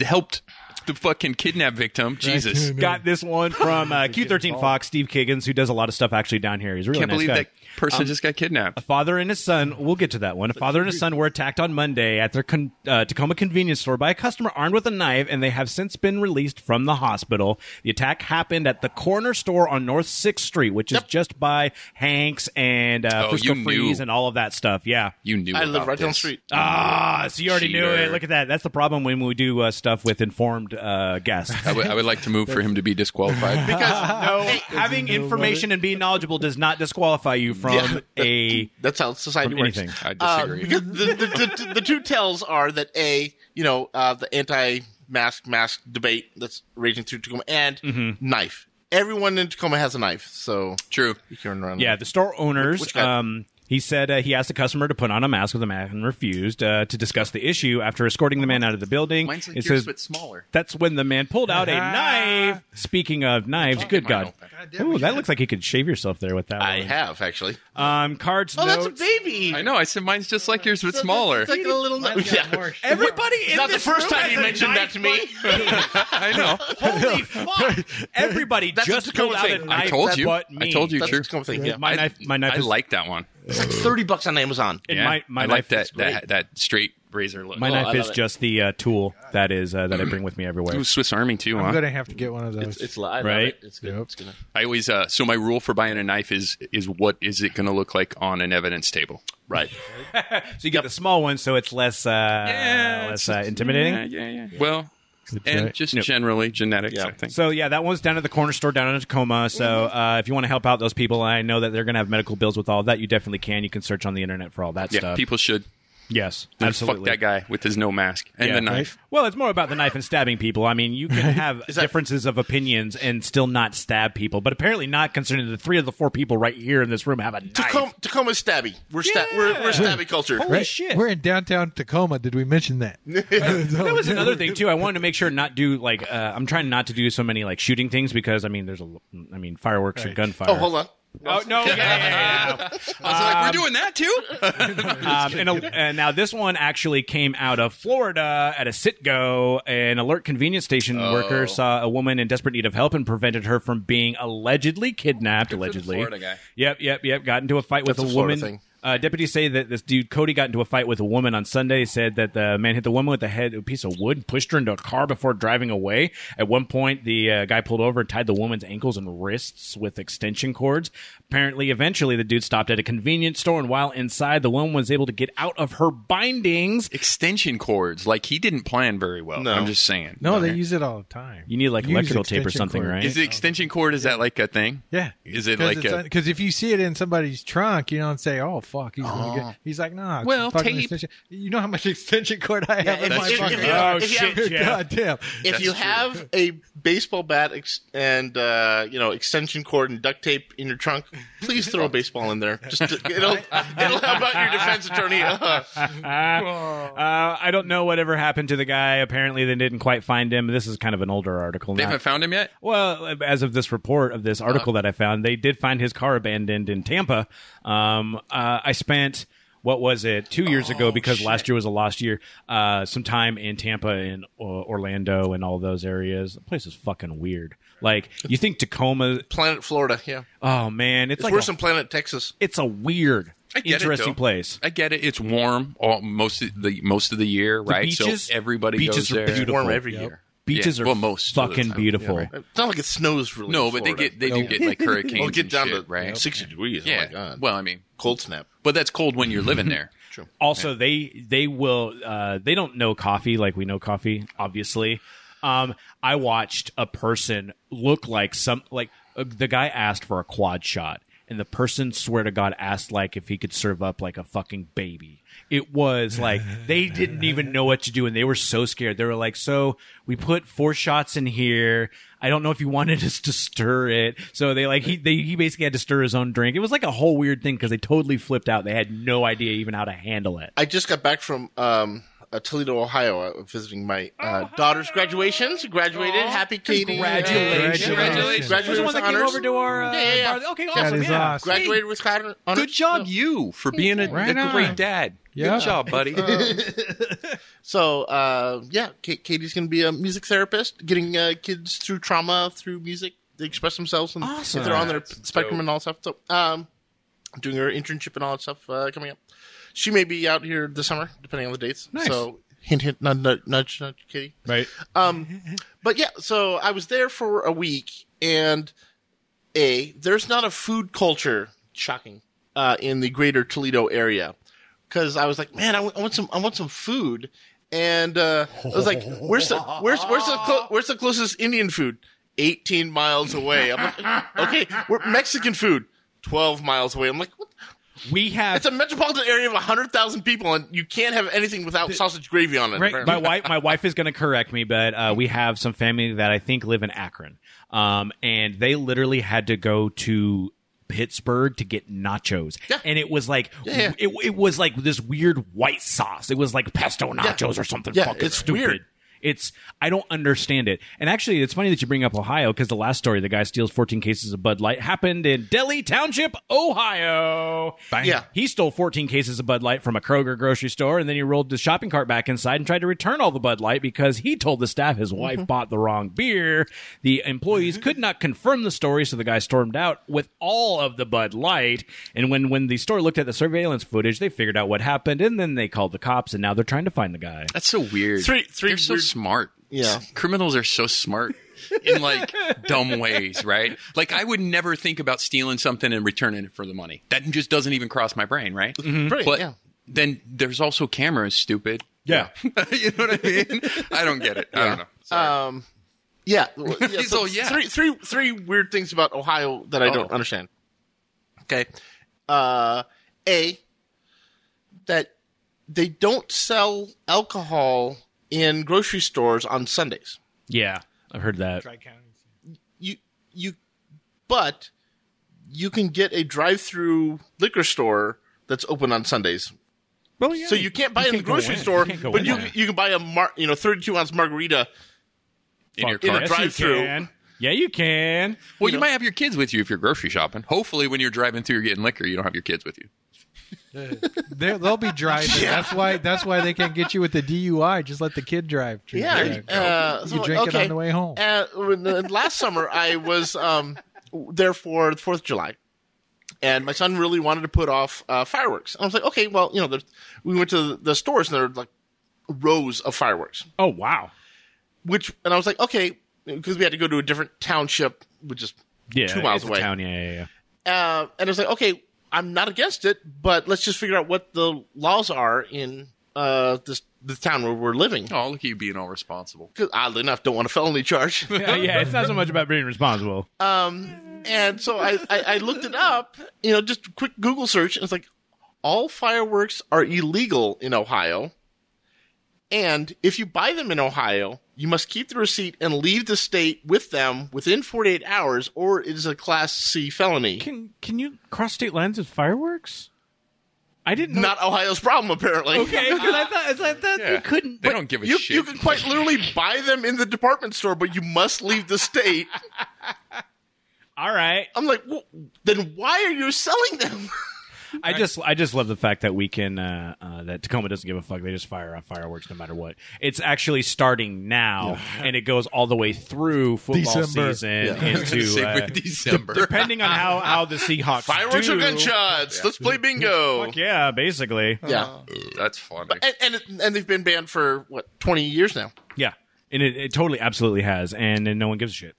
Speaker 3: helped the fucking kidnap victim. Jesus.
Speaker 1: Got this one from uh, Q13 Fox, Steve Kiggins, who does a lot of stuff actually down here. He's a really
Speaker 3: Can't
Speaker 1: nice
Speaker 3: believe
Speaker 1: guy.
Speaker 3: that person just got kidnapped.
Speaker 1: A father and his son. We'll get to that one. A father and his son were attacked on Monday at their con- uh, Tacoma convenience store by a customer armed with a knife, and they have since been released from the hospital. The attack happened at the corner store on North Sixth Street, which is just by Hanks and uh,
Speaker 3: Oh,
Speaker 1: Frisco
Speaker 3: you knew.
Speaker 1: Freeze and all of that stuff. Yeah.
Speaker 3: You knew.
Speaker 2: I live
Speaker 3: about
Speaker 2: right down the
Speaker 3: this.
Speaker 2: street.
Speaker 1: Ah, so you already knew
Speaker 3: Cheater.
Speaker 1: it. Look at that. That's the problem when we do uh, stuff with informed uh, guests.
Speaker 3: I would- I would like to move for him to be disqualified.
Speaker 2: Because
Speaker 1: No, having information and being knowledgeable does not disqualify you from
Speaker 2: Yeah.
Speaker 1: a
Speaker 2: that's how society
Speaker 1: from
Speaker 2: works.
Speaker 1: anything.
Speaker 3: I
Speaker 2: Uh,
Speaker 3: disagree.
Speaker 2: because the, the, the, the two tells are that a you know uh, the anti-mask mask debate that's raging through Tacoma and knife. Everyone in Tacoma has a knife, so
Speaker 3: True.
Speaker 2: you can run.
Speaker 1: Yeah, the store owners.
Speaker 2: Which guy?
Speaker 1: um, he said uh, he asked the customer to put on a mask with a man refused uh, to discuss the issue after escorting the man out of the building.
Speaker 3: Mine's like
Speaker 1: it
Speaker 3: yours,
Speaker 1: says
Speaker 3: but smaller.
Speaker 1: that's when the man pulled out a
Speaker 2: Ah.
Speaker 1: knife. Speaking of knives, good God.
Speaker 3: mine
Speaker 1: Ooh, that looks like you could shave yourself there with that
Speaker 2: I
Speaker 1: one.
Speaker 2: have actually.
Speaker 1: um, cards,
Speaker 2: Oh, that's a
Speaker 1: notes.
Speaker 2: baby.
Speaker 3: I know. I said mine's just like yours, but smaller.
Speaker 2: It's like a little. Yeah.
Speaker 1: Everybody in
Speaker 2: Not the
Speaker 1: this
Speaker 2: first
Speaker 1: room
Speaker 2: time
Speaker 1: has
Speaker 2: you
Speaker 1: a
Speaker 2: mentioned that
Speaker 1: knife,
Speaker 2: to me.
Speaker 3: I know.
Speaker 1: Holy fuck! Everybody
Speaker 2: That's a
Speaker 1: just pulled
Speaker 2: Tacoma
Speaker 1: out a
Speaker 2: thing. I
Speaker 1: knife.
Speaker 3: I told
Speaker 1: that
Speaker 3: you.
Speaker 1: But
Speaker 3: I
Speaker 1: me.
Speaker 3: told you.
Speaker 2: That's
Speaker 3: True.
Speaker 2: a Tacoma thing. Yeah.
Speaker 1: My
Speaker 3: I-
Speaker 1: knife. My knife
Speaker 3: I
Speaker 1: is
Speaker 3: like that one.
Speaker 2: It's like thirty bucks on Amazon.
Speaker 1: And my- my
Speaker 3: I
Speaker 1: knife
Speaker 3: like that,
Speaker 1: is
Speaker 3: that that straight razor look.
Speaker 1: My
Speaker 3: Oh,
Speaker 1: knife
Speaker 2: I
Speaker 1: is
Speaker 2: love it. Oh,
Speaker 1: just the uh, tool that is uh, that I bring with me everywhere.
Speaker 3: It was Swiss Army too, huh?
Speaker 6: I'm gonna have to get one of those.
Speaker 2: It's live.
Speaker 1: Right?
Speaker 2: It's good. It's gonna.
Speaker 3: I always uh, so my rule for buying a knife is is what is it going to look like on an evidence table?
Speaker 2: Right.
Speaker 1: So you get the small one, so it's less uh, less uh, intimidating.
Speaker 3: yeah, yeah. Well, and just generally genetics, I think.
Speaker 1: So yeah, that one's down at the corner store down in Tacoma. So
Speaker 3: Mm-hmm.
Speaker 1: uh, if you want to help out those people, I know that they're going to have medical bills with all that. You definitely can. You can search on the internet for all that
Speaker 3: yeah,
Speaker 1: stuff.
Speaker 3: people should
Speaker 1: yes,
Speaker 3: fuck
Speaker 1: absolutely.
Speaker 3: that guy with his no mask and
Speaker 1: Yeah.
Speaker 3: the knife.
Speaker 1: Well, it's more about the knife and stabbing people. I mean, you can have differences of opinions and still not stab people, but apparently not considering the three of the four people right here in this room have a knife.
Speaker 2: Tacoma, Tacoma's stabby. We're sta-
Speaker 1: Yeah.
Speaker 2: we're, we're stabby culture.
Speaker 1: Holy
Speaker 6: Right?
Speaker 1: shit!
Speaker 6: We're in downtown Tacoma. Did we mention that? Oh,
Speaker 1: that was another thing too. I wanted to make sure not do like uh, I'm trying not to do so many like shooting things because I mean there's a l- I mean fireworks and gunfire.
Speaker 2: Oh, hold on.
Speaker 1: Oh no! Yeah, yeah, yeah, yeah.
Speaker 3: I was like, we're doing that too.
Speaker 1: Um, and, a, and now this one actually came out of Florida at a Sitgo. An alert convenience station
Speaker 2: Oh.
Speaker 1: worker saw a woman in desperate need of help and prevented her from being allegedly kidnapped. allegedly,
Speaker 3: Florida guy.
Speaker 1: Yep, yep, yep. Got into a fight with
Speaker 2: That's
Speaker 1: a,
Speaker 2: a
Speaker 1: woman.
Speaker 2: Florida thing.
Speaker 1: Uh, deputies say that this dude Cody got into a fight with a woman on Sunday. Said that the man hit the woman with a head a piece of wood, and pushed her into a car before driving away. At one point, the uh, guy pulled over and tied the woman's ankles and wrists with extension cords. Apparently, eventually, the dude stopped at a convenience store, and while inside, the woman was able to get out of her bindings.
Speaker 3: Extension cords, like he didn't plan very well.
Speaker 2: No.
Speaker 3: I'm just saying.
Speaker 6: No, they use it all the time.
Speaker 1: You need like
Speaker 6: Use
Speaker 1: electrical tape or
Speaker 6: extension
Speaker 1: something,
Speaker 6: cord.
Speaker 1: right?
Speaker 3: Is the extension cord? Is that like a thing?
Speaker 6: Yeah.
Speaker 3: Is it like a?
Speaker 6: Because if you see it in somebody's trunk, you don't say, "Oh fuck," he's gonna get. He's like, "Nah." it's
Speaker 3: Well,
Speaker 6: a fucking
Speaker 3: tape.
Speaker 6: extension." You know how much extension cord I have
Speaker 2: Yeah,
Speaker 6: in
Speaker 2: if-
Speaker 6: my
Speaker 2: if-
Speaker 6: pocket?
Speaker 2: if you- Oh, if you
Speaker 6: shit!
Speaker 2: have-
Speaker 1: shit, Jeff.
Speaker 6: God damn.
Speaker 2: If
Speaker 3: That's
Speaker 2: you
Speaker 3: true.
Speaker 2: have a baseball bat ex- and uh, you know extension cord and duct tape in your trunk, please throw a baseball in there. Just to, it'll it'll help out your defense attorney. Uh,
Speaker 1: Uh, I don't know whatever happened to the guy. Apparently, they didn't quite find him. This is kind of an older article.
Speaker 3: they
Speaker 1: not-
Speaker 3: haven't found him yet.
Speaker 1: Well, as of this report of
Speaker 3: Uh-huh.
Speaker 1: this article that I found, they did find his car abandoned in Tampa. Um, uh, I spent what was it two years
Speaker 3: Oh,
Speaker 1: ago because last year was a lost year. Uh, some time in Tampa and uh, Orlando and all those areas. The place is fucking weird. Like you think Tacoma?
Speaker 2: Planet Florida, yeah,
Speaker 1: Oh man, it's,
Speaker 2: it's
Speaker 1: like
Speaker 2: worse
Speaker 1: a,
Speaker 2: than Planet Texas.
Speaker 1: it's a weird,
Speaker 3: I get it,
Speaker 1: interesting
Speaker 3: though.
Speaker 1: place.
Speaker 3: I get it. It's warm all, most of the most of the year, right?
Speaker 1: beaches-
Speaker 3: so everybody
Speaker 1: beaches
Speaker 3: goes
Speaker 1: are
Speaker 3: there.
Speaker 1: beautiful.
Speaker 2: Warm every year.
Speaker 1: Beaches
Speaker 3: Yeah,
Speaker 1: are
Speaker 3: well, most of the
Speaker 1: fucking
Speaker 3: time.
Speaker 1: beautiful.
Speaker 2: It's not like it snows really.
Speaker 3: No,
Speaker 2: in
Speaker 3: but they
Speaker 2: Florida.
Speaker 3: get they do get like hurricanes.
Speaker 2: Well, get
Speaker 3: and
Speaker 2: down
Speaker 3: shit,
Speaker 2: to
Speaker 3: right.
Speaker 2: sixty degrees. Oh
Speaker 3: Yeah.
Speaker 2: my god.
Speaker 3: Well, I mean,
Speaker 2: cold snap.
Speaker 3: but that's cold when you're living there.
Speaker 2: True.
Speaker 1: Also, they they will uh, they don't know coffee like we know coffee, obviously. Um, I watched a person look like some like uh, the guy asked for a quad shot. and the person swear to God asked like if he could serve up like a fucking baby. It was like they didn't even know what to do and they were so scared. They were like, "So we put four shots in here. I don't know if you wanted us to stir it." So they like he they, he basically had to stir his own drink. It was like a whole weird thing because they totally flipped out. They had no idea even how to handle it.
Speaker 2: I just got back from um, uh, Toledo, Ohio, uh, visiting my
Speaker 1: Oh,
Speaker 2: uh, daughter's graduation. She graduated. Happy Katie.
Speaker 1: Congratulations.
Speaker 2: Congratulations.
Speaker 6: Congratulations.
Speaker 1: Was the one
Speaker 2: Graduated with
Speaker 1: that came
Speaker 2: honors.
Speaker 1: over to our uh,
Speaker 2: Yeah, yeah, yeah.
Speaker 1: bar- Okay,
Speaker 6: That
Speaker 1: awesome.
Speaker 6: is
Speaker 1: yeah.
Speaker 6: awesome.
Speaker 2: Graduated with honor- honors.
Speaker 3: Good job, you, for being a,
Speaker 6: Right Uh,
Speaker 3: a
Speaker 6: on.
Speaker 3: great dad.
Speaker 6: Yeah.
Speaker 3: Good job, buddy.
Speaker 2: So, uh, yeah, Ka- Katie's going to be a music therapist, getting uh, kids through trauma through music. They express themselves and
Speaker 1: Awesome.
Speaker 2: if they're on their
Speaker 3: That's
Speaker 2: spectrum
Speaker 3: dope.
Speaker 2: and all that stuff. So, um, doing her internship and all that stuff uh, coming up. She may be out here this summer, depending on the dates.
Speaker 1: Nice.
Speaker 2: So, hint, hint, nudge, nudge, nudge, nudge Katie.
Speaker 1: Right.
Speaker 2: Um, but yeah, so I was there for a week, and a there's not a food culture shocking uh, in the greater Toledo area because I was like, man, I want- I want some, I want some food, and uh, I was like, where's the where's where's the clo- where's the closest Indian food? 18 miles away. I'm like, okay, we're Mexican food. 12 miles away. I'm like, what?
Speaker 1: We have
Speaker 2: it's a metropolitan area of 100,000 people, and you can't have anything without sausage gravy on it.
Speaker 6: Right.
Speaker 1: my wife my wife is going to correct me but uh, we have some family that i think live in akron um, and they literally had to go to pittsburgh to get nachos
Speaker 2: Yeah.
Speaker 1: and it was like
Speaker 2: Yeah, yeah.
Speaker 1: It, it was like this weird white sauce it was like pesto nachos or something
Speaker 2: Yeah,
Speaker 1: fucking
Speaker 2: it's
Speaker 1: stupid
Speaker 2: weird.
Speaker 1: it's I don't understand it, and actually, it's funny that you bring up Ohio because the last story, the guy steals 14 cases of Bud Light, happened in Delhi Township, Ohio.
Speaker 2: Yeah.
Speaker 1: He stole 14 cases of Bud Light from a Kroger grocery store, and then he rolled the shopping cart back inside and tried to return all the Bud Light because he told the staff his wife bought the wrong beer. The employees could not confirm the story, so the guy stormed out with all of the Bud Light. And when, when the store looked at the surveillance footage, they figured out what happened, and then they called the cops, and now they're trying to find the guy.
Speaker 3: That's so weird.
Speaker 2: Three- three
Speaker 3: They're so
Speaker 2: weird-
Speaker 3: smart.
Speaker 2: Yeah.
Speaker 3: S- Criminals are so smart in like dumb ways, right? Like I would never think about stealing something and returning it for the money. That just doesn't even cross my brain, Mm-hmm. right?
Speaker 2: Right,
Speaker 3: But
Speaker 2: yeah.
Speaker 3: then there's also cameras, stupid.
Speaker 1: Yeah.
Speaker 3: you know what I mean? I don't get it. I don't know. Sorry.
Speaker 2: Um, yeah. Well, yeah,
Speaker 3: So, yeah.
Speaker 2: Three, three, three weird things about Ohio that I don't
Speaker 3: Oh.
Speaker 2: understand. Okay. Uh, A, that they don't sell alcohol in grocery stores on Sundays.
Speaker 1: Yeah, I've heard that.
Speaker 2: You, you, but you can get a drive-through liquor store that's open on Sundays.
Speaker 1: Well, yeah.
Speaker 2: So you can't buy it in the
Speaker 1: can't go
Speaker 2: grocery
Speaker 1: in.
Speaker 2: store,
Speaker 1: You can't go
Speaker 2: but
Speaker 1: in
Speaker 2: you
Speaker 1: there.
Speaker 2: you can buy a mar- you know 32 ounce margarita
Speaker 3: in your
Speaker 1: Fuck
Speaker 3: car.
Speaker 2: in a
Speaker 1: yes,
Speaker 2: drive-thru.
Speaker 1: you can. Yeah, you can.
Speaker 3: well, you, might have your kids with you if you're grocery shopping. Hopefully, when you're driving through, you're getting liquor. You don't have your kids with you.
Speaker 6: They're, they'll be driving. That's why. That's why they can't get you with the DUI. Just let the kid drive.
Speaker 2: Yeah,
Speaker 6: Drive.
Speaker 2: uh,
Speaker 6: You drink it
Speaker 2: okay.
Speaker 6: on the way home.
Speaker 2: Uh, when, uh, last summer, I was um, there for the Fourth of July, and my son really wanted to put off uh, fireworks. And I was like, okay, well, you know, there's- we went to the, the stores and there were like rows of fireworks,
Speaker 1: Oh wow.
Speaker 2: which, and I was like, okay, because we had to go to a different township, which is
Speaker 1: Yeah,
Speaker 2: two miles
Speaker 1: it's a
Speaker 2: away.
Speaker 1: Town. Yeah, yeah, yeah.
Speaker 2: Uh, and I was like, okay, I'm not against it, but let's just figure out what the laws are in uh, this the town where we're living.
Speaker 3: Oh, look at you being all responsible.
Speaker 2: Because oddly enough, don't want a felony charge.
Speaker 1: Yeah, yeah, it's not so much about being responsible.
Speaker 2: Um, And so I, I, I looked it up, you know, just a quick Google search, and it's like all fireworks are illegal in Ohio. And if you buy them in Ohio, you must keep the receipt and leave the state with them within 48 hours, or it is a Class C felony.
Speaker 1: Can can you cross state lines with fireworks? I didn't know.
Speaker 2: Not Ohio's problem, apparently.
Speaker 1: okay, because I thought, I thought that
Speaker 3: Yeah.
Speaker 1: you couldn't.
Speaker 3: They
Speaker 1: but-
Speaker 3: don't give a
Speaker 2: You,
Speaker 3: shit.
Speaker 2: you can quite literally buy them in the department store, but you must leave the state.
Speaker 1: all right,
Speaker 2: I'm like, well, then why are you selling them?
Speaker 1: I just I just love the fact that we can uh, uh, that Tacoma doesn't give a fuck. They just fire off fireworks no matter what. It's actually starting now, and it goes all the way through football
Speaker 6: December.
Speaker 1: season
Speaker 3: Same
Speaker 1: into. uh,
Speaker 3: with December.
Speaker 1: Depending on how, how the Seahawks
Speaker 2: Fireworks
Speaker 1: do,
Speaker 2: or gunshots? Let's play bingo.
Speaker 1: Fuck yeah, basically.
Speaker 2: Yeah.
Speaker 3: That's funny.
Speaker 2: and and, and they've been banned for what twenty years now.
Speaker 1: Yeah. And it, it totally absolutely has, and, and no one gives a shit.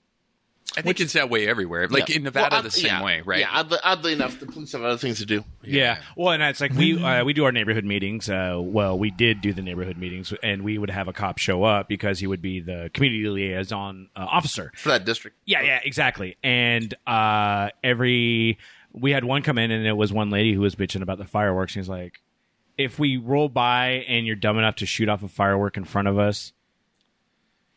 Speaker 3: I think it's that way everywhere. Like in Nevada,
Speaker 2: Well, odd-
Speaker 3: the same
Speaker 2: yeah,
Speaker 3: way, right?
Speaker 2: Yeah, oddly, oddly enough, the police have other things to do.
Speaker 1: Yeah. Well, and it's like we uh, we do our neighborhood meetings. Uh, well, we did do the neighborhood meetings, and we would have a cop show up because he would be the community liaison uh, officer.
Speaker 2: for that district.
Speaker 1: Yeah, yeah, exactly. And uh, every we had one come in and it was one lady who was bitching about the fireworks. She's like, if we roll by and you're dumb enough to shoot off a firework in front of us,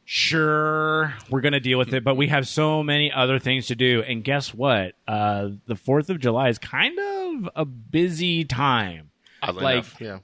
Speaker 1: sure, we're going to deal with it, but we have so many other things to do. And guess what? Uh, the 4th of July is kind of a busy time.
Speaker 2: Oddly
Speaker 1: Like-
Speaker 2: enough, yeah.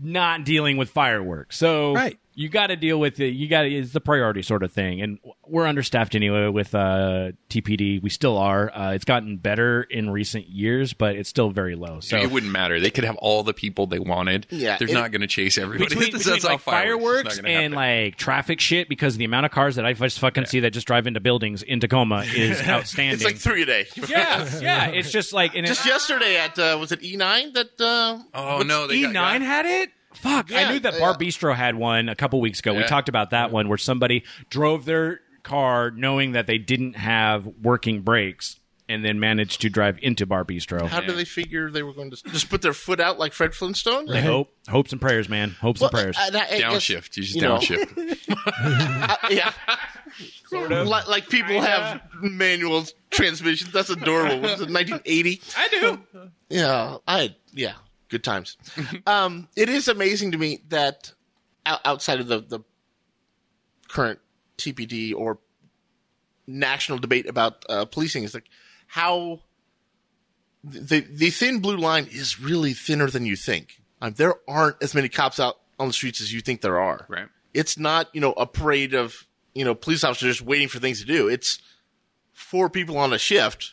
Speaker 1: Not dealing with fireworks. So
Speaker 6: Right.
Speaker 1: you got to deal with it. You got it's the priority sort of thing. And we're understaffed anyway with uh, TPD. We still are. Uh, it's gotten better in recent years, but it's still very low. So
Speaker 3: it wouldn't matter. They could have all the people they wanted.
Speaker 2: Yeah,
Speaker 3: they're
Speaker 2: it-
Speaker 3: not going to chase everybody.
Speaker 1: between,
Speaker 3: That's
Speaker 1: between,
Speaker 3: all
Speaker 1: like
Speaker 3: fireworks,
Speaker 1: fireworks
Speaker 3: It's not gonna
Speaker 1: and
Speaker 3: happen.
Speaker 1: like traffic shit because the amount of cars that I just fucking see that just drive into buildings in Tacoma is outstanding.
Speaker 2: It's like three a day.
Speaker 1: yeah, yeah, it's just like and
Speaker 2: Just
Speaker 1: it,
Speaker 2: yesterday at uh, was it E nine that uh,
Speaker 3: oh no, they
Speaker 1: E
Speaker 3: got-
Speaker 1: nine had it. Fuck,
Speaker 2: Yeah, Oh,
Speaker 1: I knew that
Speaker 2: yeah.
Speaker 1: Bar Bistro had one a couple weeks ago. We
Speaker 3: Yeah.
Speaker 1: talked about that one where somebody drove their car knowing that they didn't have working brakes and then managed to drive into Bar Bistro.
Speaker 2: how do they figure they were going to just put their foot out like Fred Flintstone?
Speaker 1: I hope, hopes and prayers, man. Hopes
Speaker 2: Well,
Speaker 1: and prayers.
Speaker 2: and I- I guess,
Speaker 3: downshift. You just
Speaker 2: you know.
Speaker 3: downshift.
Speaker 2: yeah. Like, like people have manual transmissions. That's adorable. Was it 1980? I do. Yeah, I yeah, good times. um, it is amazing to me that o- outside of the the current TPD or national debate about uh, policing is like how the the thin blue line is really thinner than you think. Um, there aren't as many cops out on the streets as you think there are.
Speaker 3: Right.
Speaker 2: It's not you know a parade of you know police officers waiting for things to do. It's four people on a shift.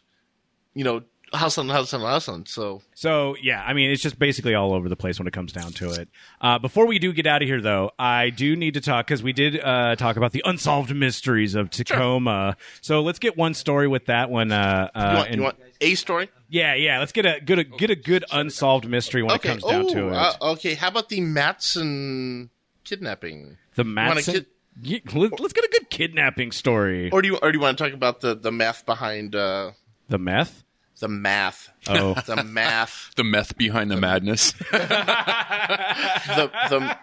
Speaker 2: You know, hustling, hustling, hustling. So
Speaker 1: So yeah, I mean, it's just basically all over the place when it comes down to it. Uh, before we do get out of here, though, I do need to talk because we did uh, talk about the unsolved mysteries of Tacoma. So let's get one story with that one. Uh, uh,
Speaker 2: you, want, you
Speaker 1: and-
Speaker 2: want a story?
Speaker 1: Yeah, yeah. Let's get a good a, get a good unsolved mystery when it comes down to
Speaker 2: Oh,
Speaker 1: it.
Speaker 2: uh, okay. How about the Matson kidnapping?
Speaker 1: the
Speaker 2: wanna
Speaker 1: Matson.
Speaker 2: kid-
Speaker 1: Ye- let- let's get a good kidnapping story.
Speaker 2: Or do you or do you want to talk about the the math behind uh,
Speaker 1: the meth.
Speaker 2: the math?
Speaker 1: Oh.
Speaker 2: the math.
Speaker 3: the meth behind the madness.
Speaker 2: The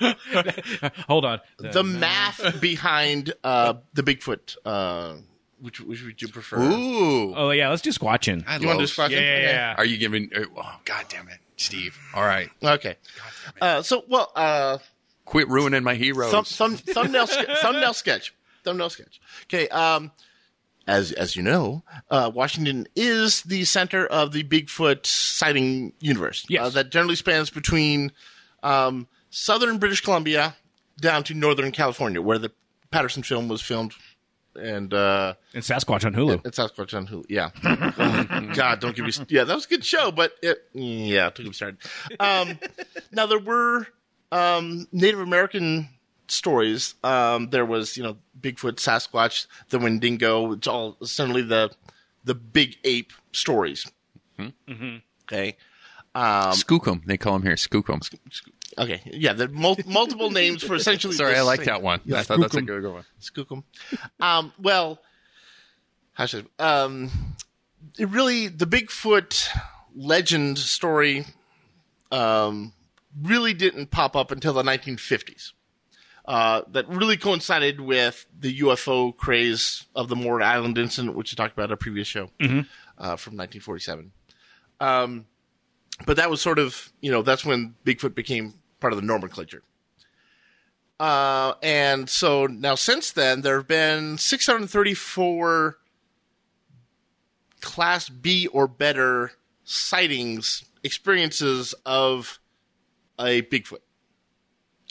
Speaker 2: the
Speaker 1: Hold on.
Speaker 2: the math behind uh, the Bigfoot. Uh, which which would you prefer?
Speaker 3: Ooh,
Speaker 1: Oh yeah, let's do squatching.
Speaker 3: I
Speaker 2: You want
Speaker 3: love-
Speaker 2: to just fucking
Speaker 1: Yeah, yeah,
Speaker 3: Are you giving? uh, Oh, God damn it, Steve. All right,
Speaker 2: Okay. Uh, so well, uh,
Speaker 3: quit ruining my heroes.
Speaker 2: thumb, thumb, thumbnail ske- thumbnail sketch thumbnail sketch. Okay. Um, as as you know, uh, Washington is the center of the Bigfoot sighting universe.
Speaker 1: Yes.
Speaker 2: Uh, that generally spans between um, southern British Columbia down to northern California, where the Patterson film was filmed, and. Uh,
Speaker 1: And Sasquatch on Hulu.
Speaker 2: It's Sasquatch on Hulu. Yeah. Oh, God, don't give me. Yeah, that was a good show, but it, yeah, don't get me started. Um, now there were um, Native American stories. Um, there was you know Bigfoot, Sasquatch, the Wendigo. It's all essentially the the big ape stories.
Speaker 3: Hmm?
Speaker 2: Okay.
Speaker 3: Skookum. They call him here Skookum.
Speaker 2: Okay. Yeah. There are mul- multiple names for essentially.
Speaker 3: Sorry,
Speaker 2: the
Speaker 3: I like
Speaker 2: same-
Speaker 3: that one.
Speaker 2: Yeah,
Speaker 3: I thought that's a good one.
Speaker 2: Skookum. Um, well, how should um, it really the Bigfoot legend story um, really didn't pop up until the 1950s. Uh, that really coincided with the UFO craze of the Moore Island incident, which you talked about in a previous show uh, from 1947. Um, but that was sort of, you know, that's when Bigfoot became part of the nomenclature. Uh, and so now since then, there have been 634 Class B or better sightings, experiences of a Bigfoot.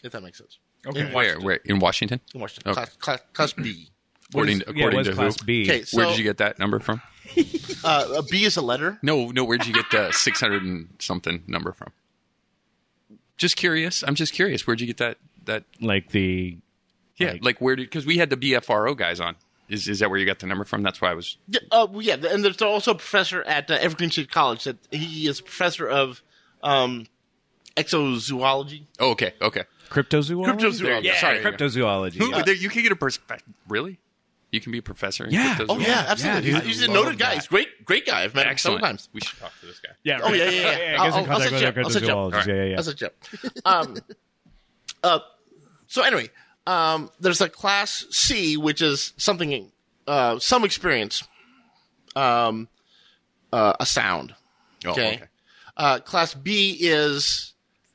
Speaker 2: If that makes sense.
Speaker 3: Okay, where? Where? In Washington?
Speaker 2: In Washington,
Speaker 3: Okay.
Speaker 2: class, class, class B.
Speaker 3: According,
Speaker 1: yeah, it
Speaker 3: according
Speaker 1: was
Speaker 3: to
Speaker 1: Class
Speaker 3: who?
Speaker 1: B.
Speaker 2: Okay, so
Speaker 3: Where did you get that number from?
Speaker 2: uh, a B is a letter.
Speaker 3: No, no. Where'd you get the six hundred and something number from? Just curious. I'm just curious. Where'd you get that? That
Speaker 1: Like the
Speaker 3: yeah. Like,
Speaker 1: Like-
Speaker 3: where did? Because we had the BFRO guys on. Is is that where you got the number from? That's why I was.
Speaker 2: Yeah, uh, well, yeah, and there's also a professor at uh, Evergreen State College that he is professor of um, exozoology.
Speaker 3: Oh, okay. Okay.
Speaker 1: cryptozoology.
Speaker 2: Cryptozoology.
Speaker 1: Yeah,
Speaker 2: Sorry.
Speaker 1: cryptozoology.
Speaker 3: Who- there- you can get a professor. Really? You can be a professor. in
Speaker 1: Yeah.
Speaker 3: cryptozoology?
Speaker 2: Oh yeah, absolutely.
Speaker 1: Yeah,
Speaker 2: he's, he's a
Speaker 1: dude,
Speaker 2: noted guy. He's great, great guy. I've met him
Speaker 3: Excellent.
Speaker 2: several times.
Speaker 3: We should talk to this guy.
Speaker 1: Yeah.
Speaker 2: Oh yeah, yeah, yeah.
Speaker 1: yeah,
Speaker 2: I'll,
Speaker 1: get in
Speaker 2: I'll, I'll
Speaker 1: contact
Speaker 2: set you up. I'll
Speaker 1: with
Speaker 2: set you up.
Speaker 1: cryptozoologists. Yeah, yeah, yeah.
Speaker 2: That's a joke. Um, uh, so anyway, um, there's a class C, which is something, uh, some experience, um, uh, a sound.
Speaker 3: Oh,
Speaker 2: Okay. Uh, class B is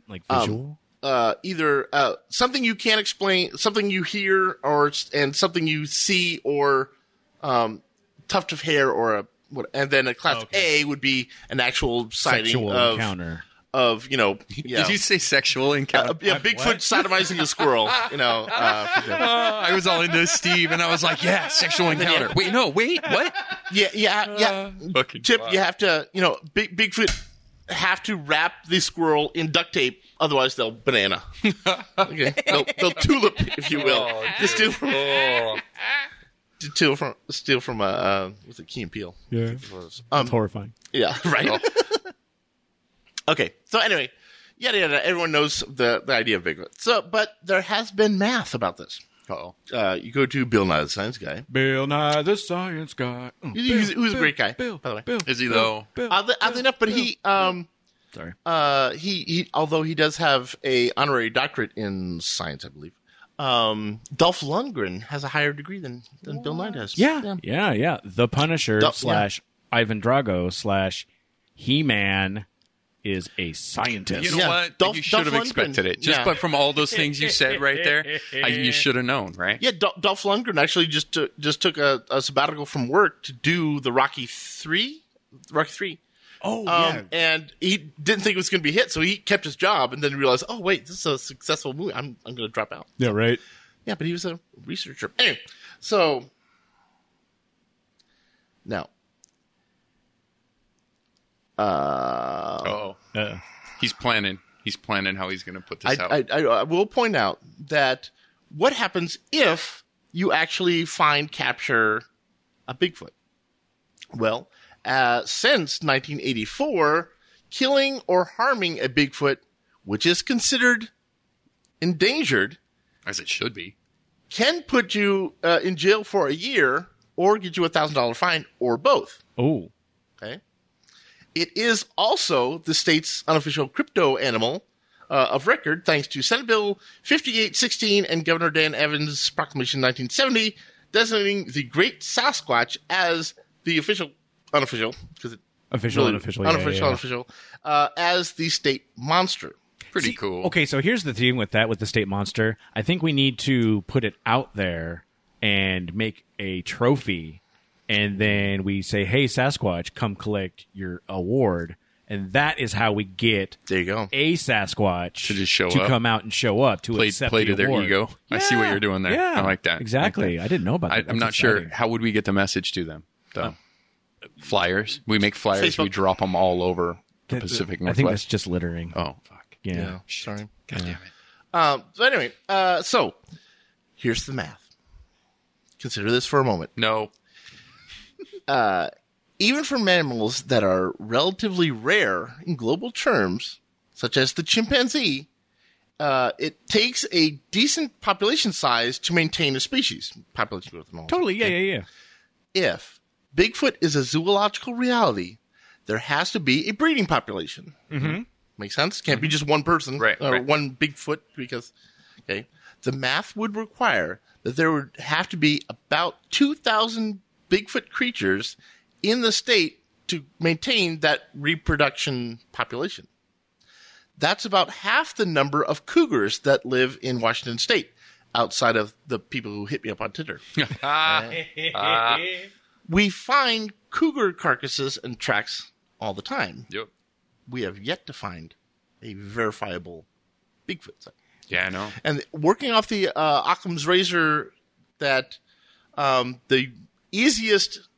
Speaker 1: Like
Speaker 2: um,
Speaker 1: visual.
Speaker 2: uh, either uh, something you can't explain, something you hear, or s- and something you see, or um, tuft of hair, or a what, and then a class A would be an actual sighting
Speaker 1: Oh, Sexual
Speaker 2: of
Speaker 1: encounter.
Speaker 2: of you know yeah,
Speaker 3: Did you say sexual encounter?
Speaker 2: uh, yeah Bigfoot sodomizing a squirrel, you know. Uh, for example.
Speaker 3: Ah, I was all into Steve, and I was like, "Yeah, sexual encounter." Wait, no, wait, what?
Speaker 2: yeah, yeah, yeah.
Speaker 3: Fucking
Speaker 2: Chip, you have to, you know, Big Bigfoot have to wrap the squirrel in duct tape, otherwise they'll banana. okay, they'll, they'll tulip, if you will. To steal from, to steal from, steal from a uh, was it Key and Peele?
Speaker 1: Yeah.
Speaker 2: Um,
Speaker 1: It's horrifying.
Speaker 2: yeah, right. okay, so anyway, yada yada. Everyone knows the the idea of Bigfoot. So, but there has been math about this. Oh, uh, you go to Bill Nye the Science Guy.
Speaker 1: Bill Nye the Science Guy. Mm.
Speaker 2: He's- he's a great guy, by the way.
Speaker 3: Is he though?
Speaker 2: Oddly, oddly enough, but he um.
Speaker 1: Sorry.
Speaker 2: Uh, he, he although he does have a honorary doctorate in science, I believe. Um, Dolph Lundgren has a higher degree than, than Bill Nye does.
Speaker 1: Yeah, yeah, yeah. The Punisher
Speaker 2: Duh, yeah.
Speaker 1: slash Ivan Drago slash He Man is a scientist.
Speaker 3: You know
Speaker 2: Yeah,
Speaker 3: what?
Speaker 2: Dolph-
Speaker 3: you should
Speaker 2: Dolph
Speaker 3: have
Speaker 2: Lundgren.
Speaker 3: expected it. Just
Speaker 2: Yeah.
Speaker 3: but from all those things you said right there, I, you should have known, right?
Speaker 2: Yeah, Dol- Dolph Lundgren actually just took, just took a, a sabbatical from work to do the Rocky three, Rocky three. Oh um, and he didn't think it was going to be a hit, so he kept his job, and then realized, oh wait, this is a successful movie. I'm I'm going to drop out.
Speaker 1: yeah, right.
Speaker 2: Yeah, but he was a researcher. Anyway, so now, uh,
Speaker 3: Oh, he's planning. He's planning how he's going to put this out.
Speaker 2: I, I, I, I will point out that what happens if you actually find capture a Bigfoot? Well, uh, since 1984, killing or harming a Bigfoot, which is considered endangered,
Speaker 3: As it should be.
Speaker 2: can put you uh, in jail for a year or get you a thousand dollar fine or both.
Speaker 1: Oh,
Speaker 2: Okay. It is also the state's unofficial crypto animal uh, of record, thanks to Senate Bill 5816 and Governor Dan Evans' proclamation 1970, designating the Great Sasquatch as the official, unofficial, because it
Speaker 1: official,
Speaker 2: really-
Speaker 1: unofficial, yeah,
Speaker 2: unofficial,
Speaker 1: yeah, yeah.
Speaker 2: unofficial, uh, as the state monster.
Speaker 3: Pretty
Speaker 1: See,
Speaker 3: cool.
Speaker 1: Okay, so here's the thing with that with the state monster. I think we need to put it out there and make a trophy, and then we say, "Hey, Sasquatch, come collect your award." And that is how we get
Speaker 2: There you go.
Speaker 1: a Sasquatch
Speaker 3: To just show
Speaker 1: to
Speaker 3: up.
Speaker 1: come out and show up to
Speaker 3: Play-
Speaker 1: accept
Speaker 3: play
Speaker 1: the
Speaker 3: to their
Speaker 1: award.
Speaker 3: ego. I see what you're doing there.
Speaker 1: Yeah,
Speaker 3: I like that. I like
Speaker 1: Exactly. I, didn't know about that.
Speaker 3: I, I'm
Speaker 1: That's
Speaker 3: not sure.
Speaker 1: exciting.
Speaker 3: How would we get the message to them, though? flyers. We make flyers. We
Speaker 2: Facebook.
Speaker 3: drop them all over the Pacific
Speaker 1: I think that's
Speaker 3: Northwest.
Speaker 1: just littering.
Speaker 3: oh, fuck.
Speaker 1: yeah.
Speaker 2: Sorry.
Speaker 3: God damn it.
Speaker 2: Um, so anyway, uh, so here's the math. Consider this for a moment.
Speaker 3: No.
Speaker 2: even for mammals that are relatively rare in global terms, such as the chimpanzee, uh, it takes a decent population size to maintain a species. Population growth and all.
Speaker 1: Totally. Yeah, yeah, yeah.
Speaker 2: If Bigfoot is a zoological reality, there has to be a breeding population. Mm-hmm. Make sense? Can't be just one person
Speaker 3: Mm-hmm. Right,
Speaker 2: or
Speaker 3: right.
Speaker 2: one Bigfoot because, okay, the math would require that there would have to be about 2,000 Bigfoot creatures in the state to maintain that reproduction population. That's about half the number of cougars that live in Washington state outside of the people who hit me up on Tinder
Speaker 3: Ah!
Speaker 2: we find cougar carcasses and tracks all the time.
Speaker 3: Yep.
Speaker 2: We have yet to find a verifiable Bigfoot site.
Speaker 3: Yeah, I know.
Speaker 2: And working off the uh, Occam's razor that um, the easiest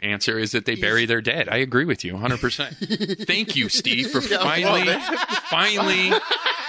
Speaker 3: Answer is that they bury their dead. I agree with you 100%. Thank you, Steve, for
Speaker 2: well,
Speaker 3: finally, finally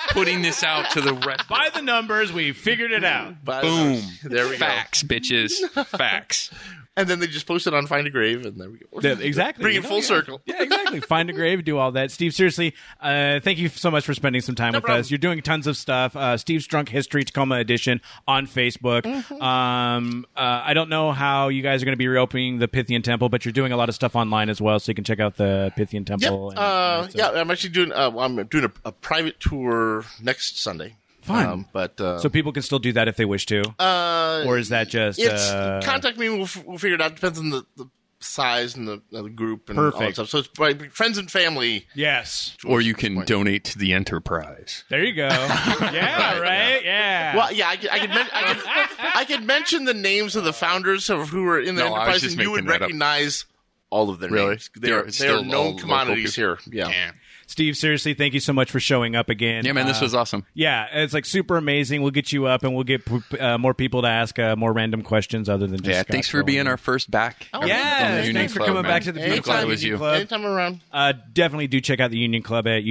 Speaker 3: putting this out to the rest.
Speaker 1: By the numbers, we figured it out.
Speaker 3: Boom.
Speaker 2: There we go.
Speaker 3: Facts, bitches. Facts.
Speaker 2: and then they just post it on Find a Grave, and there we go.
Speaker 1: Yeah, exactly.
Speaker 2: Bring
Speaker 1: You
Speaker 2: it
Speaker 1: know,
Speaker 2: full
Speaker 1: yeah.
Speaker 2: circle.
Speaker 1: Yeah, exactly. Find a grave, do all that. Steve, seriously, uh, thank you so much for spending some time with
Speaker 2: problem.
Speaker 1: us. You're doing tons of stuff. Uh, Steve's Drunk History Tacoma Edition on Facebook.
Speaker 2: Mm-hmm.
Speaker 1: Um, uh, I don't know how you guys are going to be reopening the Pythian Temple, but you're doing a lot of stuff online as well, so you can check out the Pythian
Speaker 2: Yep.
Speaker 1: Temple. and-
Speaker 2: Uh, yeah, I'm actually doing. Uh, well, I'm doing a, a private tour next Sunday.
Speaker 1: Fun.
Speaker 2: but uh,
Speaker 1: so people can still do that if they wish to,
Speaker 2: uh,
Speaker 1: or is that just
Speaker 2: it's
Speaker 1: uh,
Speaker 2: contact me. We'll, f- we'll figure it out. Depends on the, the size and the, of the group and all that
Speaker 1: Perfect.
Speaker 2: stuff. So it's like friends and family.
Speaker 1: Yes.
Speaker 3: Or you can donate to the enterprise.
Speaker 1: There you go. yeah, right? Yeah.
Speaker 2: Well, yeah, I could, I could, men- I could, I could mention the names of the founders of who were in the
Speaker 3: No, I
Speaker 2: enterprise,
Speaker 3: was just
Speaker 2: and you would
Speaker 3: making that up.
Speaker 2: recognize all of their
Speaker 3: Really?
Speaker 2: names. They
Speaker 3: They're
Speaker 2: are, they
Speaker 3: still
Speaker 2: are
Speaker 3: all
Speaker 2: known
Speaker 3: local
Speaker 2: commodities here. Yeah.
Speaker 1: Steve, seriously, thank you so much for showing up again.
Speaker 3: Yeah, man, this
Speaker 1: Uh,
Speaker 3: was awesome.
Speaker 1: Yeah, it's like super amazing. We'll get you up, and we'll get uh, more people to ask uh, more random questions other than just.
Speaker 3: Yeah,
Speaker 1: Scott
Speaker 3: thanks for
Speaker 1: Cohen.
Speaker 3: being our first back.
Speaker 2: Oh,
Speaker 3: our-
Speaker 1: Yes,
Speaker 3: from the Union
Speaker 1: thanks for
Speaker 3: Club,
Speaker 1: coming
Speaker 3: man.
Speaker 1: back to the
Speaker 3: I'm
Speaker 1: Union
Speaker 3: glad
Speaker 1: Club.
Speaker 3: it was you.
Speaker 1: Club.
Speaker 2: Anytime around.
Speaker 1: Uh, definitely do check out the Union Club at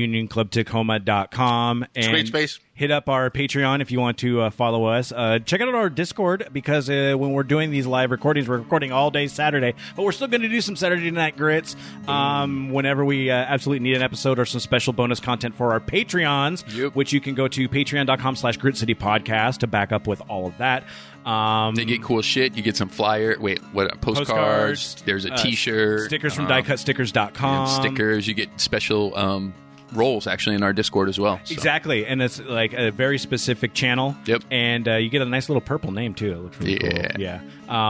Speaker 1: unionclubtacoma.com. And
Speaker 2: great space.
Speaker 1: Hit up our Patreon if you want to uh, follow us. Uh, check out our Discord because uh, when we're doing these live recordings, we're recording all day Saturday, but we're still going to do some Saturday night grits um, whenever we uh, absolutely need an episode or some special bonus content for our Patreons, which you can go to patreon.com slash grit city podcast to back up with all of that. Um,
Speaker 3: They get cool shit. You get some flyer. Wait, what? Postcards.
Speaker 1: Postcards,
Speaker 3: There's a
Speaker 1: uh,
Speaker 3: T-shirt.
Speaker 1: stickers from
Speaker 3: um,
Speaker 1: diecutstickers.com.
Speaker 3: and stickers. You get special um, roles actually in our Discord as well. So.
Speaker 1: Exactly, and it's like a very specific channel.
Speaker 3: Yep.
Speaker 1: and uh, you get a nice little purple name too. It looks really
Speaker 3: Yeah.
Speaker 1: cool. Yeah,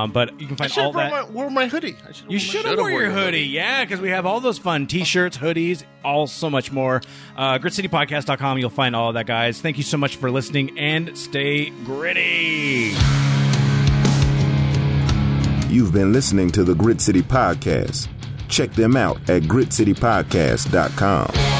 Speaker 1: um, but you can
Speaker 2: I
Speaker 1: find
Speaker 2: should
Speaker 1: all
Speaker 2: have
Speaker 1: that.
Speaker 2: worn my, wore my hoodie. I should've
Speaker 1: you
Speaker 2: worn my-
Speaker 1: should have wore your hoodie, yeah, because we have all those fun T-shirts, hoodies, all so much more. Uh, GritCityPodcast.com. You'll find all of that, guys. Thank you so much for listening, and stay gritty.
Speaker 10: You've been listening to the Grit City Podcast. Check them out at gritcitypodcast.com.